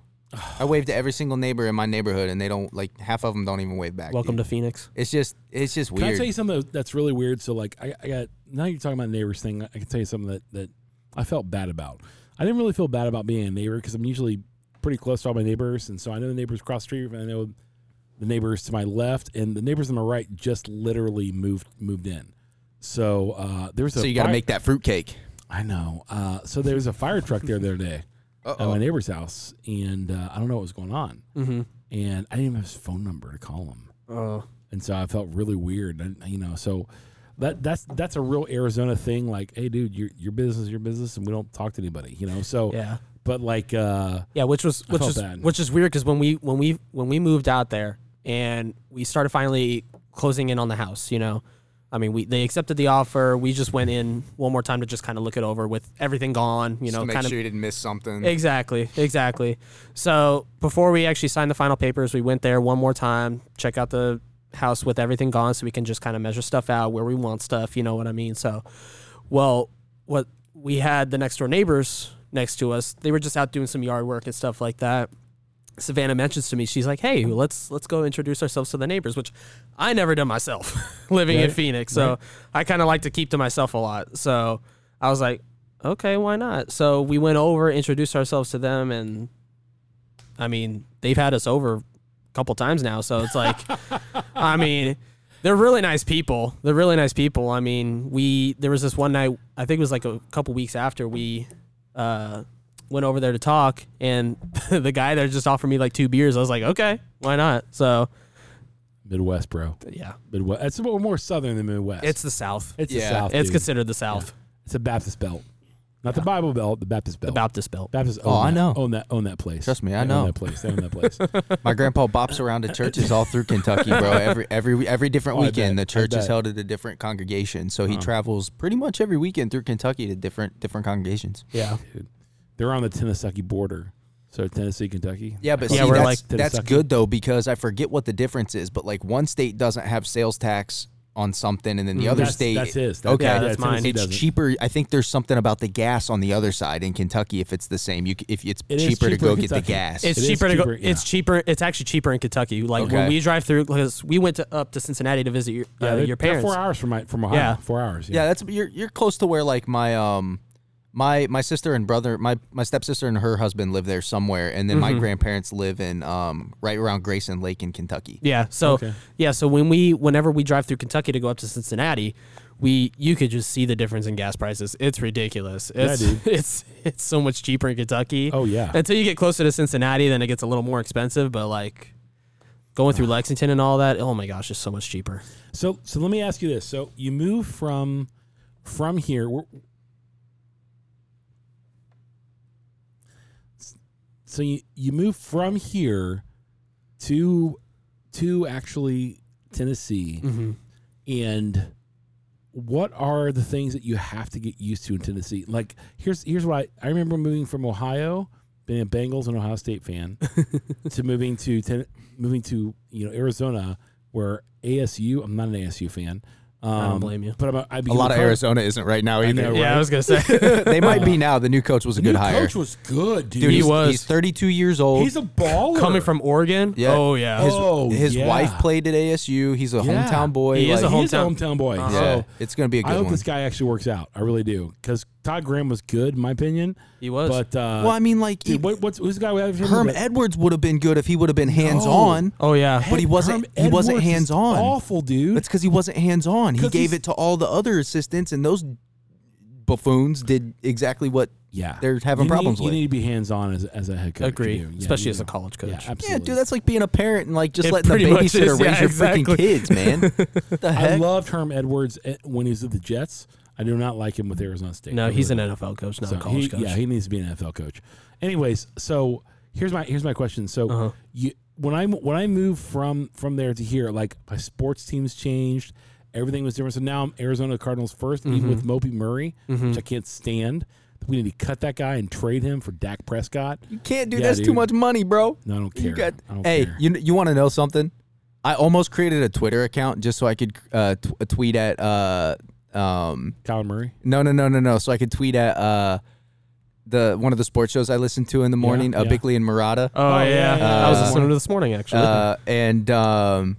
S3: I wave to every single neighbor in my neighborhood, and they don't like half of them don't even wave back.
S2: Welcome
S3: dude.
S2: to Phoenix.
S3: It's just, it's just
S1: Can I tell you
S3: weird.
S1: something that- that's really weird? So like I, I got now you're talking about neighbors thing. I can tell you something that that I felt bad about. I didn't really feel bad about being a neighbor because I'm usually pretty close to all my neighbors, and so I know the neighbors across the street, and I know the neighbors to my left, and the neighbors to my right just literally moved moved in. So uh, there was a
S3: So you got to
S1: fire-
S3: make that fruitcake.
S1: I know. Uh, so there was a fire truck there the other
S3: [laughs]
S1: day at my
S3: Uh-oh.
S1: neighbor's house, and uh, I don't know what was going on,
S2: Mm-hmm.
S1: and I didn't even have his phone number to call him
S2: Oh,
S1: and so I felt really weird, and you know, so that that's that's a real Arizona thing. Like, hey, dude, your your business is your business, and we don't talk to anybody, you know. So,
S2: yeah.
S1: but like, uh,
S2: Yeah, which was which
S1: felt
S2: is
S1: bad.
S2: which is weird because when we when we when we moved out there and we started finally closing in on the house, you know, I mean, we they accepted the offer. We just went in one more time to just kind of look it over with everything gone, you
S3: Just
S2: know,
S3: to make
S2: kind of
S3: sure you didn't miss something.
S2: Exactly, exactly. So before we actually signed the final papers, we went there one more time, check out the house with everything gone, so we can just kind of measure stuff out where we want stuff. You know what I mean? So, well, what we had the next door neighbors next to us, they were just out doing some yard work and stuff like that. Savannah mentions to me, she's like, "Hey, let's let's go introduce ourselves to the neighbors," which I never done myself, [laughs] living in
S1: Right,
S2: Phoenix. So I kind of like to keep to myself a lot. So I was like, "Okay, why not?" So we went over, introduced ourselves to them, and I mean, they've had us over a couple times now. So it's like,
S1: [laughs]
S2: I mean, they're really nice people. They're really nice people. I mean, we there was this one night. I think it was like a couple weeks after we uh, went over there to talk, and [laughs] the guy there just offered me like two beers. I was like, okay, why not? So
S1: Midwest, bro,
S2: yeah,
S1: Midwest. It's more, more southern than Midwest.
S2: it's the South.
S1: it's
S3: Yeah.
S1: the South.
S2: It's
S1: dude.
S2: considered the South,
S1: it's a Baptist belt, not the Bible belt, the Baptist belt.
S2: Baptist belt.
S1: Baptist.
S3: Oh,
S1: own
S3: I
S1: that-
S3: know.
S1: Own that. Own that place.
S3: Trust me, I
S1: They own
S3: know.
S1: that place. They own that
S3: [laughs]
S1: place.
S3: My grandpa bops around to churches all through
S1: [laughs]
S3: Kentucky, bro. Every every every different
S1: Oh, I
S3: weekend, the
S1: bet. I
S3: church
S1: bet.
S3: is held at a different congregation. So he travels pretty much every weekend through Kentucky to different different congregations.
S2: Yeah,
S1: Dude. They're on the Tennessee border, so Tennessee, Kentucky. Oh,
S3: Yeah, but
S2: Yeah,
S3: yeah,
S2: we're
S3: that's,
S2: like
S1: to the
S3: that's
S1: second.
S3: good though because I forget what the difference is. But like one state doesn't have sales tax on something, and then the other
S1: Mm-hmm. That's-
S3: state
S1: that's his. That-
S3: Okay,
S2: yeah, that's mine.
S1: Tennessee
S2: It's
S1: doesn't.
S3: it's cheaper. I think there's something about the gas on the other side in Kentucky. If it's the same, you c- if it's
S1: It is
S3: cheaper, to
S1: cheaper
S3: go
S1: in
S3: get the
S1: Kentucky.
S3: gas.
S2: it's
S1: It is
S2: cheaper to go.
S1: cheaper, yeah.
S2: It's cheaper. It's actually cheaper in Kentucky. Like when
S3: Okay.
S2: we drive through, because we went to, up to Cincinnati to visit your,
S1: Yeah,
S2: uh,
S1: they're-
S2: your
S1: they're
S2: parents.
S1: Four hours from my from Ohio.
S2: Yeah.
S1: Four hours.
S3: yeah, that's you're you're close to where like my um my my sister and brother my my stepsister and her husband live there somewhere, and then my
S1: Mm-hmm.
S3: grandparents live in um right around Grayson Lake in Kentucky.
S2: Yeah. So
S1: Okay.
S2: yeah. So when we, whenever we drive through Kentucky to go up to Cincinnati, we you could just see the difference in gas prices. It's ridiculous. It's
S1: dude.
S2: [laughs] it's it's so much cheaper in Kentucky.
S1: Oh yeah.
S2: Until you get closer to Cincinnati, then it gets a little more expensive. But like going through Lexington and all that, oh my gosh, it's so much cheaper.
S1: So so let me ask you this. So you move from from here. Where, so you you move from here to to actually Tennessee,
S2: Mm-hmm.
S1: and what are the things that you have to get used to in Tennessee? Like here's here's what I, I remember moving from Ohio, being a Bengals and Ohio State
S2: [laughs]
S1: fan, to moving to ten, moving to you know Arizona, where ASU. I'm not an ASU fan. Um,
S2: I don't blame you.
S1: But I'm a, I
S3: A lot of Arizona isn't right now either.
S1: know,
S2: Yeah, I
S1: right?
S2: was gonna say.
S3: they
S1: [laughs]
S3: might be now. The new coach was a good
S1: New
S3: hire.
S1: coach was good, dude.
S3: Dude,
S2: He
S3: he's,
S2: was.
S3: he's 32 years old.
S1: he's a baller.
S2: Coming from Oregon,
S3: Yeah.
S2: oh yeah,
S3: his
S1: Oh,
S3: his
S1: yeah.
S3: wife played at ASU. He's
S1: Yeah.
S3: a hometown boy.
S2: He is
S1: He's
S2: a
S1: a
S2: home- hometown-
S1: hometown boy.
S2: Uh-huh.
S1: So
S3: Yeah, it's gonna be a
S1: I
S3: good
S1: hope
S3: one.
S1: this guy actually works out. I really do because Todd Graham was good, in my opinion.
S2: he was.
S1: But uh,
S3: well, I mean, like
S1: dude,
S3: he-
S1: what, what's who's the guy we have? here?
S3: Herm Edwards would have been good if he would have been hands on.
S2: oh yeah,
S3: But he wasn't- he wasn't
S1: Edwards is
S3: hands-on.
S1: Awful dude.
S3: That's because he wasn't hands on. He
S1: 'Cause
S3: gave
S1: he's-
S3: it to all the other assistants, and those buffoons did exactly what
S1: yeah,
S3: they're having
S1: You
S3: problems
S1: need,
S3: with.
S1: You need to be hands on as, as a head coach.
S2: Agree,
S1: You do. Yeah,
S2: especially
S1: you
S2: as a
S1: do.
S2: college coach.
S1: Yeah, absolutely.
S3: Yeah, dude, that's like being a parent and like just
S2: It
S3: letting the
S2: pretty much
S3: babysitter
S2: is.
S3: raise
S2: Yeah,
S3: your
S2: exactly.
S3: freaking
S1: [laughs]
S3: kids, man. the
S1: I
S3: heck?
S1: loved Herm Edwards at- when he was with the Jets. I do not like him with Arizona State. I
S2: No, he's
S1: really
S2: an NFL coach, not
S1: So
S2: a college
S1: he-
S2: coach.
S1: Yeah, he needs to be an NFL coach. Anyways, so here's my here's my question. So
S2: Uh-huh.
S1: you when I when I moved from from there to here, like my sports teams changed, everything was different. So now I'm Arizona Cardinals 1st even
S3: Mm-hmm.
S1: with Mopey Murray, which I can't stand. We need to cut that guy and trade him for Dak Prescott.
S3: You can't do
S1: Yeah,
S3: that's too
S1: dude.
S3: much money, bro.
S1: No, I don't care.
S3: You got,
S1: I don't
S3: hey,
S1: care.
S3: you you want to know something? I almost created a Twitter account just so I could uh, t- tweet at uh um
S1: Colin Murray.
S3: no no no no no so I could tweet at uh the one of the sports shows I listen to in the morning, uh,
S1: yeah.
S3: Bickley and Murata.
S2: Oh,
S1: Oh, yeah,
S2: yeah,
S1: yeah,
S2: I was
S1: yeah.
S2: listening to this morning actually.
S3: uh, and um,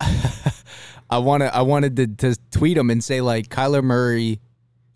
S3: [laughs] I want to I wanted to, to tweet him and say like Kyler Murray,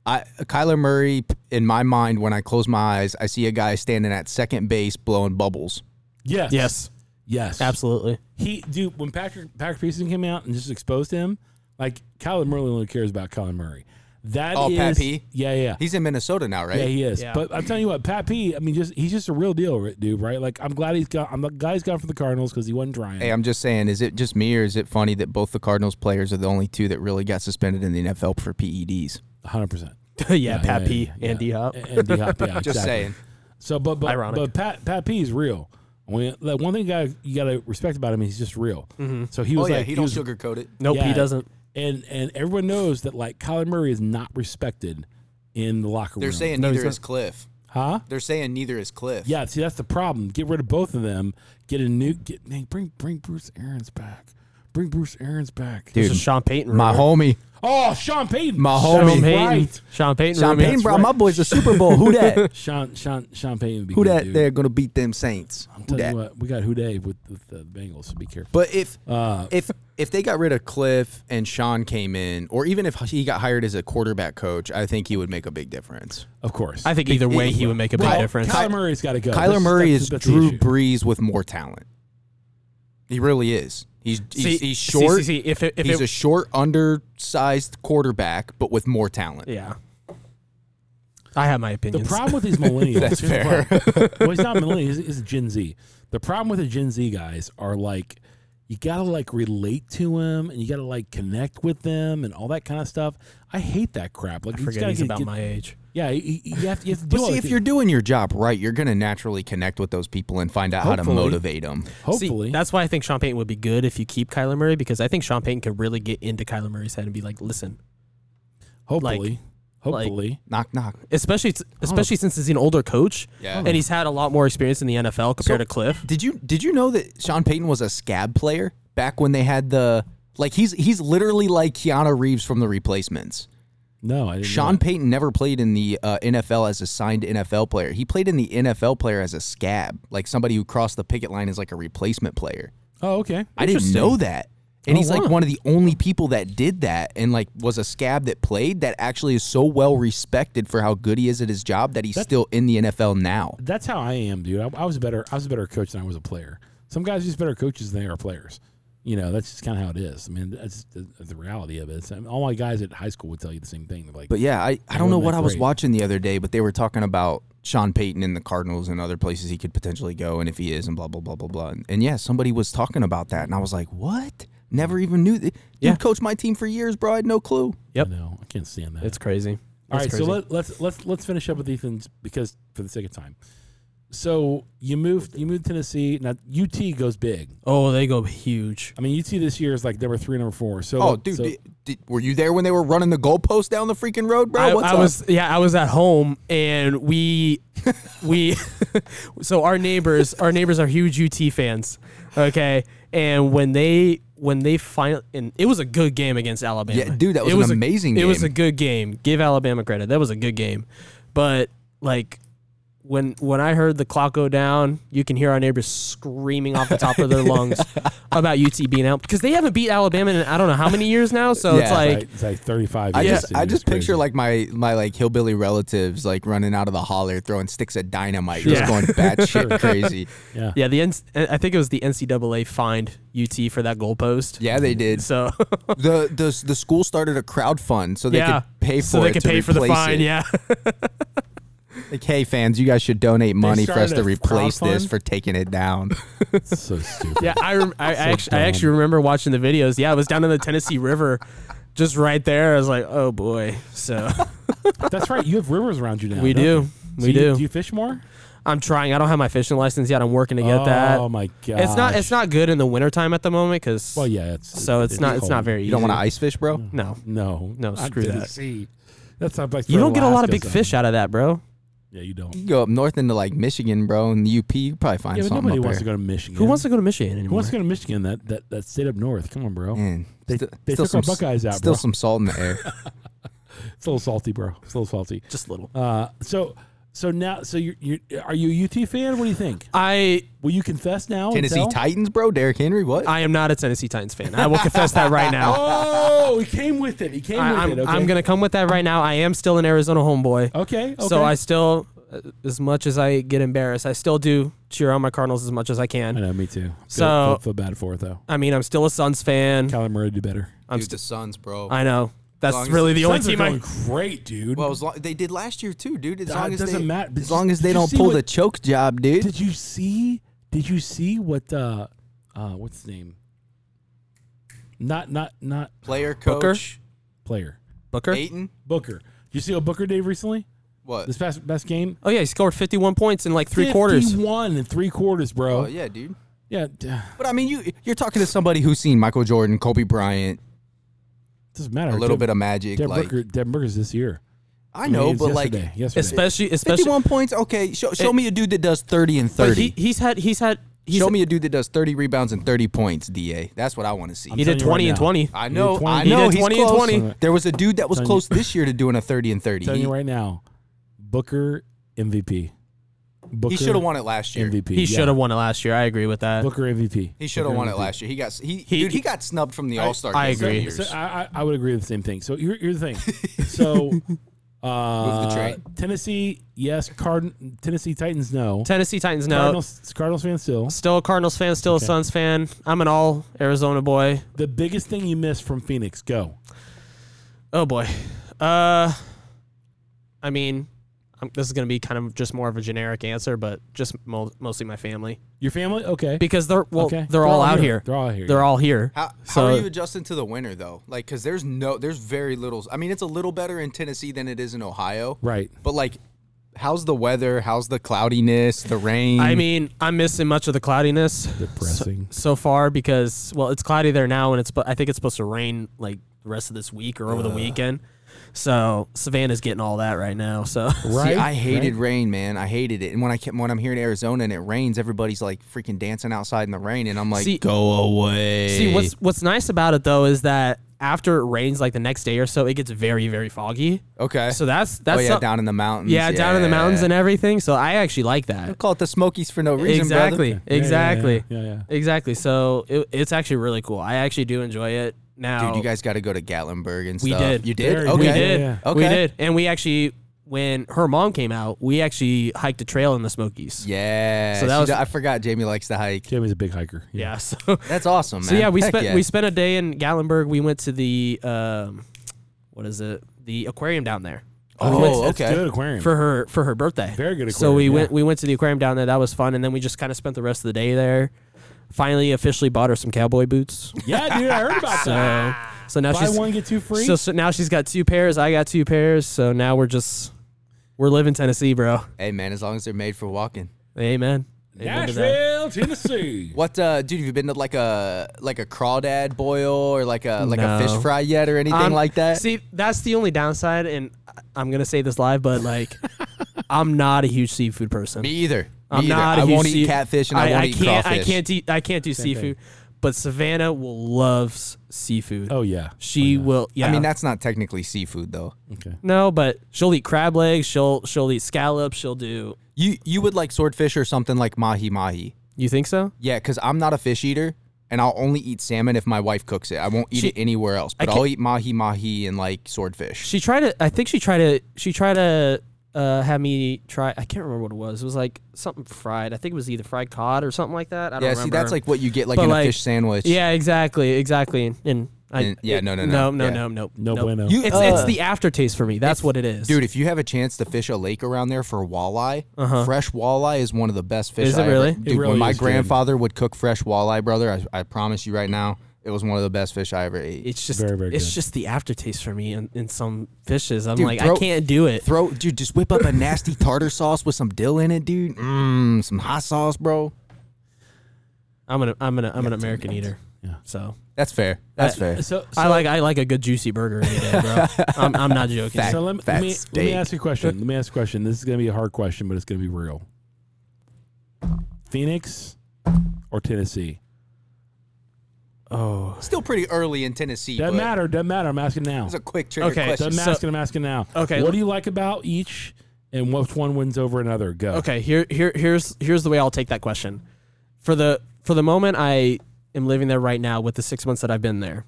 S3: I Kyler Murray in my mind when I close my eyes I see a guy standing at second base blowing bubbles.
S1: Yes.
S2: yes,
S1: Yes.
S2: absolutely.
S1: He dude, when Patrick Patrick Peterson came out and just exposed him, like Colin Murray only cares about Colin Murray. That
S3: Oh, Pat
S1: is-
S3: P?
S1: Yeah, yeah.
S3: He's in Minnesota now, right?
S1: Yeah, he is.
S2: Yeah.
S1: But I'm telling you what, Pat P. I mean, just he's just a real deal, right, dude. Right? Like, I'm glad he's got. I'm glad he's gone for the Cardinals because he wasn't trying.
S3: Hey, I'm just saying, is it just me or is it funny that both the Cardinals players are the only two that really got suspended in the NFL for E PEDs?
S1: 100. percent
S2: [laughs] yeah, Pat P and D Hop.
S1: And D Hop. Yeah,
S3: [laughs] Just
S1: exactly.
S3: saying.
S1: So, but but
S2: Ironic.
S1: but Pat Pat P. is real. When, like, one thing you got you got to respect about him is he's just real. So
S3: Oh,
S1: he was like was,
S3: sugarcoat it.
S2: Mm-hmm. Nope,
S1: Yeah.
S2: he doesn't.
S1: and and everyone knows that like Colin Murray is not respected in the locker room.
S3: They're saying
S2: No, he's
S3: neither
S2: not.
S3: is Cliff.
S1: huh?
S3: They're saying neither is Cliff.
S1: Yeah, see that's the problem. Get rid of both of them. Get a new. Get man, bring bring Bruce Aaron's back. Bring Bruce Aaron's back.
S2: This is Sean Payton.
S3: My
S2: rumor.
S3: homie,
S1: Oh, Sean Payton.
S3: My
S1: Sean
S2: Sean
S3: homie.
S2: Payton.
S1: Right.
S2: Sean Payton.
S3: Sean
S2: rumor.
S3: Payton
S1: That's
S3: brought
S1: right.
S3: my boys to Super Bowl. Who that?
S1: Sean Sean Sean Payton would be
S3: Who
S1: good,
S3: that?
S1: dude.
S3: They're gonna beat them Saints.
S1: I'm
S3: Who
S1: telling
S3: that?
S1: you what, we got who day with, with the Bengals, so be careful.
S3: But if
S1: Uh,
S3: if if they got rid of Cliff and Sean came in, or even if he got hired as a quarterback coach, I think he would make a big difference.
S1: Of course.
S2: I think either way he would make a big
S1: Well,
S2: difference.
S1: Kyler Murray's got to go.
S3: Kyler
S1: That's-
S3: Murray
S1: that's-
S3: is
S1: that's the
S3: Drew
S1: issue.
S3: Brees with more talent. He really is. He's he's,
S2: See-
S3: he's
S2: see,
S3: short.
S2: see, see, if it, if
S3: he's
S2: it,
S3: a short, undersized quarterback, but with more talent.
S2: yeah, I have my
S1: The
S2: opinions.
S1: problem with these
S3: [laughs]
S1: millennials.
S3: That's
S1: here's the problem. well, he's not millennial. He's, he's Gen Z. The problem with the Gen Z guys are like, you gotta like relate to them, and you gotta like connect with them, and all that kind of stuff. I hate that crap. Like,
S2: [laughs] I
S1: you just
S2: forget
S1: gotta
S2: he's
S1: get-
S2: about
S1: get-
S2: my age.
S1: Yeah, you, you- you have to. You have to
S3: But
S1: do all
S3: see,
S1: that
S3: if
S1: thing.
S3: you're doing your job right, you're going to naturally connect with those people and find out how
S1: Hopefully.
S3: to motivate them.
S2: See,
S1: hopefully
S2: that's why I think Sean Payton would be good if you keep Kyler Murray because I think Sean Payton could really get into Kyler Murray's head and be like, listen,
S1: hopefully
S2: like-
S1: hopefully.
S3: Knock, knock.
S2: especially
S1: Oh.
S2: especially since he's an older coach
S3: Yeah.
S2: and he's had a lot more experience in the NFL compared
S3: So-
S2: to Cliff.
S3: Did you did you know that Sean Payton was a scab player back when they had the like he's he's literally like Keanu Reeves from The Replacements.
S1: no, I didn't. know
S3: Sean Payton never played in the uh, NFL as a signed NFL player. He played in the NFL player as a scab, like somebody who crossed the picket line as like a replacement player.
S1: Oh, okay.
S3: I didn't know that. And he's like
S1: wow.
S3: one of the only people that did that and like was a scab that played that actually is so well respected for how good he is at his job that he's still in the NFL now.
S1: That's how I am, dude. I, I was a better. I was a better coach than I was a player. Some guys are just better coaches than they are players. You know, that's just kind of how it is. I mean, that's the, the reality of it. It's- I mean, all my guys at high school would tell you the same thing. They're like,
S3: But yeah, I, I don't know
S1: wasn't
S3: what
S1: that
S3: I was
S1: great.
S3: watching the other day, but they were talking about Sean Payton and the Cardinals and other places he could potentially go and if he is and blah blah blah blah blah. And, and yeah, somebody was talking about that and I was like, What? Never even knew that dude
S2: Yeah.
S3: coached my team for years, bro. I had no clue.
S1: I
S2: Yep.
S1: know, I can't stand that.
S2: It's crazy.
S1: all
S2: It's
S1: right, so
S2: crazy.
S1: let, let's let's let's finish up with Ethan's because for the sake of time. So you moved you moved to Tennessee. Now UT goes big.
S2: oh, they go huge.
S1: I mean, UT this year is like number three, number four. So
S3: Oh, dude,
S1: so-
S3: did, did, were you there when they were running the goalpost down the freaking road, bro?
S2: I,
S3: What's
S2: I
S3: up?
S2: was yeah, I was at home and
S3: [laughs]
S2: we we [laughs] so our neighbors our neighbors are huge UT fans. Okay. And when they when they finally and it was a good game against Alabama.
S3: Yeah, dude, that was
S2: it
S3: an
S2: a-
S3: amazing
S2: It was
S3: game.
S2: a good game. Give Alabama credit. That was a good game. But like when when I heard the clock go down, you can hear our neighbors screaming off the top of their
S3: [laughs]
S2: lungs about UT being out because they haven't beat Alabama in I don't know how many years now. So it's
S3: Yeah,
S2: like
S1: Right, it's like thirty five.
S3: I just I just picture like my my like hillbilly relatives like running out of the holler throwing sticks of
S2: [laughs]
S3: dynamite
S2: Sure.
S3: just going batshit crazy.
S1: yeah.
S2: [laughs] Yeah, the N- I think it was the NCAA fined UT for that goalpost.
S3: Yeah, they did.
S2: So
S3: The the the school started a crowdfund so
S2: [laughs]
S3: they
S2: yeah,
S3: could pay for
S2: so they
S3: it
S2: could
S3: to
S2: pay for the
S3: replace
S2: fine.
S3: it.
S2: Yeah,
S3: Like, hey fans, you guys should donate money for us
S1: started
S3: to
S1: a
S3: replace this
S1: crowdfund?
S3: for taking it down.
S1: so stupid.
S2: [laughs] Yeah, I, rem- [laughs] I, I, actually, I
S1: dumb.
S2: actually remember watching the videos. Yeah, it was down in the Tennessee River, just right there. I was like, oh boy. So
S1: That's right. You have rivers around you now.
S2: [laughs] we
S1: don't you?
S2: do,
S1: So
S2: we
S1: you-
S2: do.
S1: Do you fish more?
S2: I'm trying. I don't have my fishing license yet. I'm working to get that.
S1: Oh my god.
S2: It's not. It's not good in the wintertime at the moment because.
S1: Well, yeah. It's
S2: so it's, not. It's
S1: cold.
S2: not very.
S3: You don't
S2: easy.
S3: want to ice fish,
S1: Mm.
S3: bro?
S2: No.
S1: No.
S2: No,
S1: Not
S2: screw
S1: to the
S2: that.
S1: sea. That's not like
S2: You
S1: for
S2: don't get a lot of
S1: Alaska
S2: big
S1: zone.
S2: fish out of that, bro.
S1: Yeah, you don't.
S3: You go up north into like Michigan, bro, and the UP, you probably find
S1: Yeah, but
S3: something
S1: nobody
S3: up
S1: wants to
S3: there.
S1: go to Michigan.
S2: Who wants to go to Michigan anymore?
S1: Who wants to go to Michigan? That that, that state up north. Come on, bro.
S3: Man,
S1: They-
S3: st-
S1: they
S3: still
S1: took our
S3: some s-
S1: Buckeyes out,
S3: Still
S1: bro.
S3: some salt in
S1: [laughs]
S3: the air.
S1: It's a little salty, bro. It's a little salty.
S2: Just little.
S1: Uh, so so now so you you are you a UT fan? What do you think?
S2: I
S1: Will you confess now? and
S3: Tennessee
S1: tell?
S3: Titans, bro. Derrick Henry, what?
S2: I am not a Tennessee Titans fan. I will confess that [laughs] right now.
S1: Oh, he came with it. He came
S2: I,
S1: with
S2: I'm,
S1: it. Okay.
S2: I'm gonna come with that right now. I am still an Arizona homeboy.
S1: Okay. okay.
S2: So I still, uh, as much as I get embarrassed, I still do cheer on my Cardinals as much as I
S1: I
S2: can.
S1: know. Me too.
S2: So-
S1: feel, feel bad for it though.
S2: I mean, I'm still a Suns fan.
S1: Kyler Murray did better.
S2: I'm
S3: Dude, the Suns, bro.
S2: I know that's
S3: Long as
S2: really
S3: the
S2: the only
S1: Suns are
S2: team I.
S1: doing great, dude.
S3: well, as long, they did last year too, dude. As
S1: That
S3: long as
S1: doesn't
S3: they,
S1: matter.
S3: as long as
S1: Did
S3: they
S1: you
S3: don't
S1: see
S3: pull
S1: what-
S3: the choke job, dude.
S1: Did you see? Did you see what? Uh, uh, what's his name? Not not not
S3: Player,
S2: Booker?
S3: coach,
S1: player
S2: Booker.
S3: Aiton.
S1: Booker. Did you see what Booker did recently?
S3: What?
S1: This past best game.
S2: Oh yeah, he scored 51 points in like three quarters.
S1: One and three quarters, bro.
S3: oh yeah, dude.
S1: yeah. d- it
S3: But I mean, you you're talking to somebody who's seen Michael Jordan, Kobe Bryant,
S1: doesn't matter.
S3: a little
S1: Devin-
S3: bit of magic.
S1: Devin
S3: like
S1: Booker. Devin Booker's this year.
S3: I know, but
S1: yesterday,
S3: like
S1: yesterday.
S2: Especially, especially.
S3: 51 points. Okay, show, show
S2: It-
S3: me a dude that does 30 and
S2: but
S3: 30.
S2: he, he's had he's had he's,
S3: show me a dude that does 30 rebounds and 30 points. Da, that's what I want to see.
S2: he did
S1: telling you right now.
S2: 20 and 20.
S3: I
S1: He did
S3: know,
S1: 20.
S3: I
S1: He
S3: know.
S2: did
S3: He's
S2: 20 and
S3: close.
S2: 20.
S3: There was a dude that was
S1: Telling you-
S3: close this year to doing a 30 and 30.
S1: telling
S3: He,
S1: you right now, Booker MVP. Booker
S3: he should have won it last year.
S1: MVP.
S2: He
S1: yeah.
S2: should have won it last year. I agree with that.
S1: Booker MVP.
S3: He should have
S1: Booker
S3: won it
S1: MVP.
S3: last year. He got he,
S2: He-
S3: dude. He got snubbed from the All Star.
S2: I
S3: game
S2: agree.
S3: Years.
S1: So I, I, I would agree with the same thing. So here, here's the
S3: [laughs]
S1: thing. So uh,
S3: train.
S1: Tennessee, yes. Card- Tennessee Titans, no.
S2: Tennessee Titans, no.
S1: Cardinals, Cardinals fan still.
S2: Still a Cardinals fan. Still a Suns fan. I'm an all Arizona boy.
S1: The biggest thing you missed from Phoenix, go.
S2: Oh boy. Uh, I mean, i this is gonna be kind of just more of a generic answer, but just mo- mostly my family
S1: Your family, okay.
S2: because they're well,
S1: okay.
S2: they're, all, out here.
S1: They're all out here.
S2: They're all here.
S3: How,
S2: So-
S3: how are you adjusting to the winter though? Like, cause there's no, there's very little. I mean, it's a little better in Tennessee than it is in Ohio.
S1: right.
S3: But like, how's the weather? How's the cloudiness? The rain?
S2: I mean, I'm missing much of the cloudiness
S1: Depressing.
S2: so far because well, it's cloudy there now, and it's but I think it's supposed to rain like the rest of this week or over
S1: Uh.
S2: the weekend. So Savannah's getting all that right now. So
S1: right.
S3: See, I hated rain, man. I hated it. And when I kept, when I'm here in Arizona and it rains, everybody's like freaking dancing outside in the rain, and I'm like,
S2: See-
S3: go away.
S2: [laughs] See, what's what's nice about it though is that after it rains, like the next day or so, it gets very very foggy.
S3: okay?
S2: So that's
S3: oh
S2: that's
S3: yeah,
S2: some-
S3: down in the mountains.
S2: yeah, down in the mountains
S3: Yeah.
S2: and everything. So I actually like that.
S3: call it the Smokies for no reason, brother.
S2: exactly,
S1: Yeah, yeah, yeah,
S2: exactly,
S1: Yeah, yeah.
S2: exactly. So it, it's actually really cool. I actually do enjoy it now.
S3: Dude, you guys got to go to Gatlinburg and
S2: We
S3: stuff.
S2: did.
S3: You did?
S1: Very
S3: okay.
S2: we
S1: Yeah,
S2: did,
S1: yeah,
S3: yeah.
S2: we
S3: Okay.
S2: did, and we actually when her mom came out, we actually hiked a trail in the Smokies.
S3: Yeah.
S2: So that
S3: she
S2: was-
S3: do- I forgot Jamie likes to hike.
S1: Jamie's a big hiker.
S2: Yeah, so
S3: [laughs] That's awesome,
S2: [laughs]
S3: man.
S2: So yeah, we
S3: Heck
S2: spent
S3: yeah.
S2: we spent a day in Gatlinburg. We went to the um, what is it? The aquarium down there
S3: Oh,
S1: It's- it's
S3: okay.
S1: good aquarium.
S2: for her for her birthday.
S1: Very good
S2: So we
S1: aquarium,
S2: went
S1: yeah.
S2: we went to the aquarium down there. That was fun, and then we just kind of spent the rest of the day there. Finally, officially bought her some cowboy boots.
S1: yeah, dude, I heard
S2: [laughs]
S1: about that.
S2: So so now
S1: Ah. Buy
S2: she's
S1: one, get two free.
S2: so, so now she's got two pairs. I got two pairs. So now we're just we're living Tennessee, bro.
S3: Hey, man, as long as they're made for walking.
S2: Amen. Amen to that.
S1: Nashville, Tennessee.
S3: What, uh, dude? Have you been to like a like a crawdad boil or like a like a fish
S2: No.
S3: fry yet or anything
S2: I'm-
S3: like that?
S2: See, that's the only downside, and I- I'm gonna say this live,
S1: [laughs]
S2: but like, I'm not a huge seafood person.
S3: me either. Me
S2: I'm
S3: either.
S2: not.
S3: I
S2: a huge
S3: won't eat
S2: sea-
S3: catfish and I, won't eat
S2: can't,
S3: crawfish.
S2: I can't. Do, I can't do seafood. But Savannah will loves seafood.
S1: oh yeah.
S2: she will. Yeah.
S3: I mean, that's not technically seafood though.
S1: Okay.
S2: no, but she'll eat crab legs. She'll she'll eat scallops. She'll do.
S3: You you would like swordfish or something like mahi mahi.
S2: You think so?
S3: Yeah, because I'm not a fish eater, and I'll only eat salmon if my wife cooks it. I won't eat
S2: She-
S3: it anywhere else. But
S2: can't-
S3: I'll eat mahi mahi and like swordfish.
S2: She tried to. I think she tried to. She tried to uh, have me try. I can't remember what it was. It was like something fried. I think it was either fried cod or something like that. I don't
S3: Yeah,
S2: remember.
S3: see, that's like what you get like
S2: But,
S3: in a
S2: like,
S3: fish sandwich.
S2: Yeah, exactly, exactly. And I,
S3: And- yeah, no, no,
S2: no,
S3: no,
S2: no,
S3: yeah.
S2: no, no,
S1: No bueno.
S2: You, it's, it's
S3: uh,
S2: the aftertaste for me. That's what it is,
S3: Dude, if you have a chance to fish a lake around there for walleye, fresh walleye is one of the best fish.
S2: Is it
S3: I ever-
S2: really? It
S3: dude,
S1: really
S3: when my
S1: is good.
S3: grandfather would cook fresh walleye, brother, I, I promise you right now, it was one of the best fish I ever ate.
S2: It's just,
S1: Very, very
S2: it's
S1: good.
S2: just the aftertaste for me in, in some fishes. I'm
S3: Dude,
S2: like, I
S3: throw-
S2: can't do it.
S3: Throw, dude, just whip up a nasty tartar sauce with some dill in it, dude. Mmm, some hot sauce, bro.
S2: I'm an, I'm an, I'm an American eater. So
S3: That's fair. That's
S2: I-
S3: fair.
S1: So,
S2: I like, I like a good juicy burger any day,
S3: [laughs]
S2: bro. I'm, I'm not joking.
S3: Fact.
S1: so let, me- let me,
S3: fat
S1: let me
S3: steak.
S1: ask you a question. Let me ask you a question. This is going to be a hard question, but it's going to be real. Phoenix or Tennessee?
S2: Oh,
S3: Still pretty early in Tennessee.
S1: Doesn't
S3: but
S1: matter. Doesn't matter. I'm asking now.
S3: It's a quick trigger
S2: Okay,
S3: question.
S1: Doesn't
S2: so-
S1: matter. I'm asking now.
S2: Okay.
S1: What do you like about each, and which one wins over another? Go.
S2: okay. Here, here, here's, here's the way I'll take that question. For the, for the moment, I am living there right now with the six months that I've been there.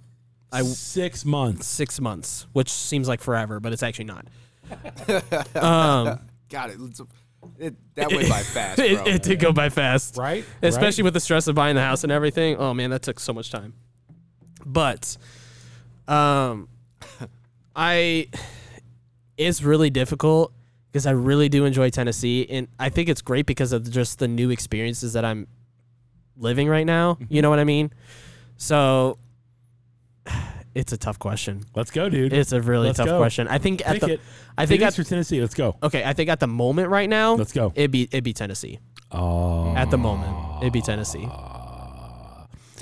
S2: I
S1: Six months.
S2: six months, which seems like forever, but it's actually not.
S3: Got it. It's- it- that went by fast,
S2: [laughs]
S3: bro.
S2: It, it did go by fast,
S1: Right?
S2: Especially with the stress of buying the house and everything. Oh man, that took so much time. But, um, [laughs] I it's really difficult because I really do enjoy Tennessee, and I think it's great because of just the new experiences that I'm living right now.
S1: Mm-hmm.
S2: You know what I mean? So. It's a tough question.
S1: Let's go, dude.
S2: It's a really
S1: Let's
S2: tough
S1: go.
S2: question. I think at
S1: Pick
S2: the
S1: it.
S2: I think
S1: Phoenix
S2: at,
S1: or Tennessee. Let's go.
S2: okay, I think at the moment right now,
S1: Let's go.
S2: It'd be it'd be Tennessee
S1: Oh,
S2: at the moment. It'd be Tennessee.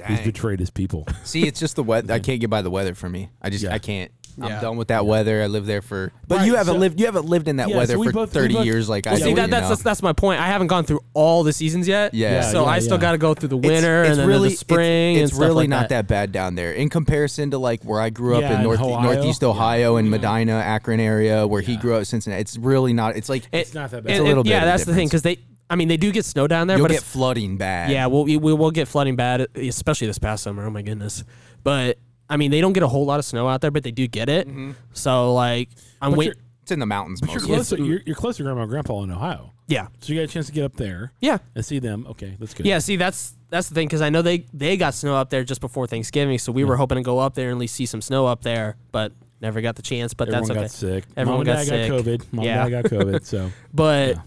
S1: he's
S3: Dang.
S1: betrayed his
S2: [laughs]
S1: people.
S3: See, it's just the weather. I can't get by the weather for me. I just
S1: Yeah.
S3: I can't.
S2: Yeah.
S3: I'm done with that weather. I live there for. But
S1: Right,
S3: you haven't
S1: so-
S3: lived. You haven't lived in that
S1: Yeah,
S3: weather
S1: so we
S3: for
S1: both- we
S3: thirty
S1: both-
S3: years like I
S1: Well,
S3: do.
S2: See
S1: Yeah,
S2: that
S3: you
S2: that's
S3: know?
S2: that's- that's my point. I haven't gone through all the seasons yet.
S3: Yeah.
S2: So
S1: Yeah,
S2: I still
S1: yeah.
S2: got to go through the winter and then the spring
S3: It's,
S2: and
S3: it's
S2: stuff
S3: really
S2: like
S3: not that. bad down there in comparison to like where I grew up
S1: Yeah, in
S3: in north
S1: Ohio.
S3: northeast Ohio and Medina, Akron area where he grew up, Cincinnati. It's really not. It's like
S2: It-
S1: It's not that bad.
S2: and-
S1: It's a
S2: and-
S3: little bit
S2: Yeah,
S3: of a
S2: that's the thing because they. I mean, they do get snow down there,
S3: you'll
S2: but
S3: get
S2: it's,
S3: flooding bad.
S2: yeah, we'll, we we will get flooding bad, especially this past summer. Oh my goodness! But I mean, they don't get a whole lot of snow out there, but they do get it.
S3: Mm-hmm.
S2: So like, I'm
S1: But
S2: waiting.
S1: you're-
S3: it's in the mountains
S1: You're
S3: mostly.
S1: closer. You're, you're closer to grandma and grandpa in Ohio,
S2: Yeah,
S1: so you got a chance to get up there
S2: yeah.
S1: and see them. Okay, that's good.
S2: Yeah, see, that's that's the thing because I know they they got snow up there just before Thanksgiving, so we were hoping to go up there and at least see some snow up there, but never got the chance. But
S1: everyone
S2: that's okay.
S1: got sick. Mom and
S2: Everyone got
S1: dad
S2: sick.
S1: got COVID. Mom
S2: Yeah.
S1: and dad got
S2: [laughs]
S1: COVID. So
S2: But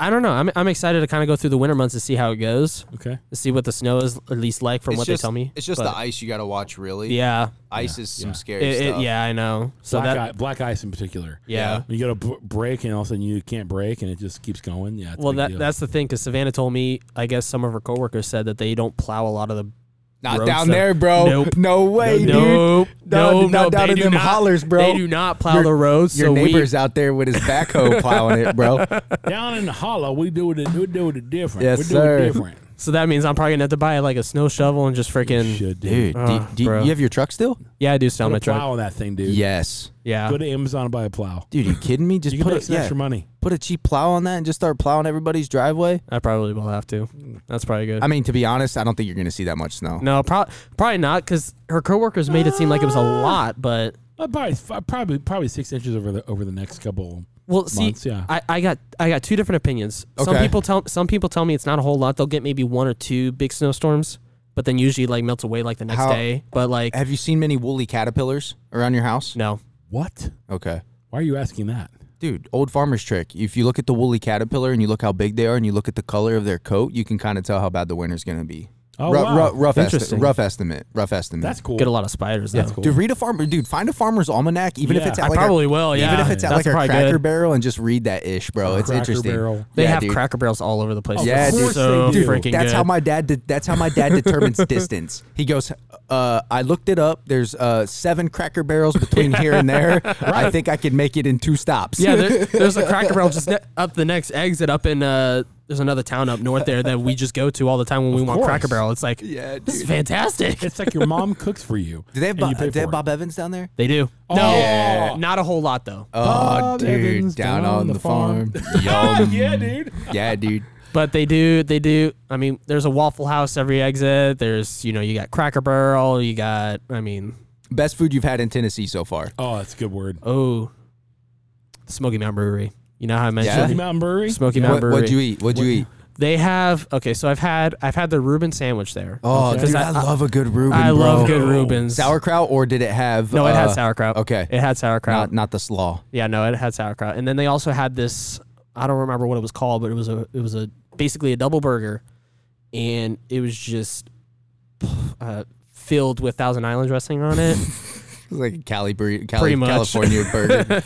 S2: I don't know. I'm I'm excited to kind of go through the winter months to see how it goes,
S1: okay,
S2: to see what the snow is at least like from
S3: It's
S2: what
S3: just-
S2: they tell me.
S3: It's just
S2: But
S3: the ice you got to watch. Really,
S2: yeah,
S3: ice is some
S1: yeah.
S3: scary
S2: it, it-
S3: stuff.
S2: yeah, I know. So
S1: black,
S2: that
S1: eye, black ice in particular.
S2: yeah.
S3: yeah.
S1: You got to b- break, and all of a sudden you can't break, and it just keeps going. Yeah. it's a
S2: Well,
S1: big
S2: that
S1: deal.
S2: that's the thing because Savannah told me. I guess some of her coworkers said that they don't plow a lot of the.
S3: Not
S2: Road
S3: down
S2: stuff.
S3: there, bro.
S2: Nope.
S3: No way, dude.
S2: Nope,
S3: No,
S2: nope,
S3: not
S2: nope,
S3: down
S2: they
S3: in
S2: do
S3: them
S2: not-
S3: hollers, bro.
S2: They do not plow
S3: Your-
S2: the roads.
S3: Your
S2: so we,
S3: neighbor's out there with his
S2: [laughs]
S3: backhoe plowing it, bro.
S1: down in the hollow, we do it. We do it different.
S3: Yes,
S1: we do
S3: sir.
S1: it different.
S2: So that means I'm probably gonna have to buy like a snow shovel and just freaking
S1: Should dude.
S2: Uh, do you- bro. you
S3: have your truck still?
S2: yeah, I do sell
S1: Put
S2: my
S1: a
S2: truck.
S1: plow on that thing, dude.
S3: Yes.
S2: Yeah,
S1: Go to Amazon and buy a plow.
S3: Dude, you kidding me? Just
S1: You can
S3: put
S1: make
S3: a,
S1: some
S3: yeah,
S1: extra money.
S3: put a cheap plow on that and just start plowing everybody's driveway.
S2: I probably will have to. That's probably good.
S3: I mean, to be honest, I don't think you're gonna see that much snow.
S2: no, pro- probably not because her coworkers made it seem like it was a
S1: Ah.
S2: lot, but
S1: Uh, probably, f- probably, probably six inches over the over the next couple.
S2: well, see,
S1: Months, yeah.
S2: I, I got I got two different opinions. Some
S3: Okay.
S2: people tell some people tell me it's not a whole lot. They'll get maybe one or two big snowstorms, but then usually like melts away like the next
S3: How-
S2: day. But like
S3: Have you seen many woolly caterpillars around your house?
S2: no,
S1: What?
S3: Okay.
S1: Why are you asking that?
S3: Dude, old farmer's trick. If you look at the woolly caterpillar and you look how big they are and you look at the color of their coat, you can kind of tell how bad the winter's gonna be.
S1: Oh,
S3: Ru-
S1: wow.
S3: ru- rough,
S2: Interesting.
S3: estimate. rough estimate. Rough estimate.
S1: That's cool.
S2: get a lot of spiders. That's cool.
S3: Dude, read a farmer. Dude, find a farmer's almanac, even
S1: Yeah.
S3: if it's
S1: I
S3: at
S2: I
S3: like
S2: probably
S3: a,
S2: will. Yeah,
S3: even if it's at
S2: that's
S3: like a
S2: probably
S3: Cracker
S2: good.
S3: Barrel, and just read that ish, bro. it's
S1: Cracker
S3: interesting.
S1: Barrel.
S2: They
S3: yeah,
S2: have
S3: dude.
S2: Cracker Barrels all over the place.
S1: Of
S2: Yeah,
S3: Yeah, dude.
S1: course
S2: so
S1: they do.
S2: freaking
S3: That's
S2: good.
S3: how my dad. Did, that's how my dad determines distance. He goes, uh, "I looked it up. There's uh, seven Cracker Barrels between here and there. I think I could make it in two stops."
S2: Yeah, there, there's a Cracker Barrel just ne- up the next exit up in uh. There's another town up north there that we just go to all the time when we want
S1: course.
S2: Cracker Barrel. It's like,
S3: [laughs] Yeah,
S2: this is
S1: [laughs]
S2: fantastic.
S1: It's like your mom cooks for you.
S3: Do they have,
S1: and
S3: Bo-
S1: you pay
S3: do they have
S1: for it.
S3: Bob Evans down there?
S2: They do. No,
S1: Yeah.
S2: not a whole lot though.
S3: Oh,
S1: Bob
S3: dude,
S1: Evans
S3: down, on the, farm. Yum.
S1: yeah, dude.
S3: yeah, dude.
S2: But they do. They do. I mean, there's a Waffle House every exit. There's you know you got Cracker Barrel. You got I mean
S3: Best food you've had in Tennessee so far.
S1: Oh, that's a good word.
S2: oh, Smoky Mountain Brewery. You know how I
S3: Yeah.
S1: Smoky
S2: mentioned
S1: Mountain Brewery.
S2: Smoky Mountain
S3: What,
S2: Brewery.
S3: what'd you eat? What'd you eat?
S2: They have okay, so I've had I've had the Reuben sandwich there.
S3: Oh,
S2: Because
S3: dude, I, love a good Reuben.
S2: I love
S3: bro.
S2: good Reubens.
S3: sauerkraut, or did it have?
S2: No, it had
S3: uh,
S2: sauerkraut.
S3: Okay,
S2: it had sauerkraut.
S3: not not the slaw.
S2: yeah, no, it had sauerkraut. And then they also had this. I don't remember what it was called, but it was a it was a basically a double burger, and it was just uh, filled with Thousand Island dressing
S1: [laughs]
S2: on it.
S3: It's like a Cali, bur-
S2: Pretty
S3: Cali
S2: much. [laughs]
S3: California burger.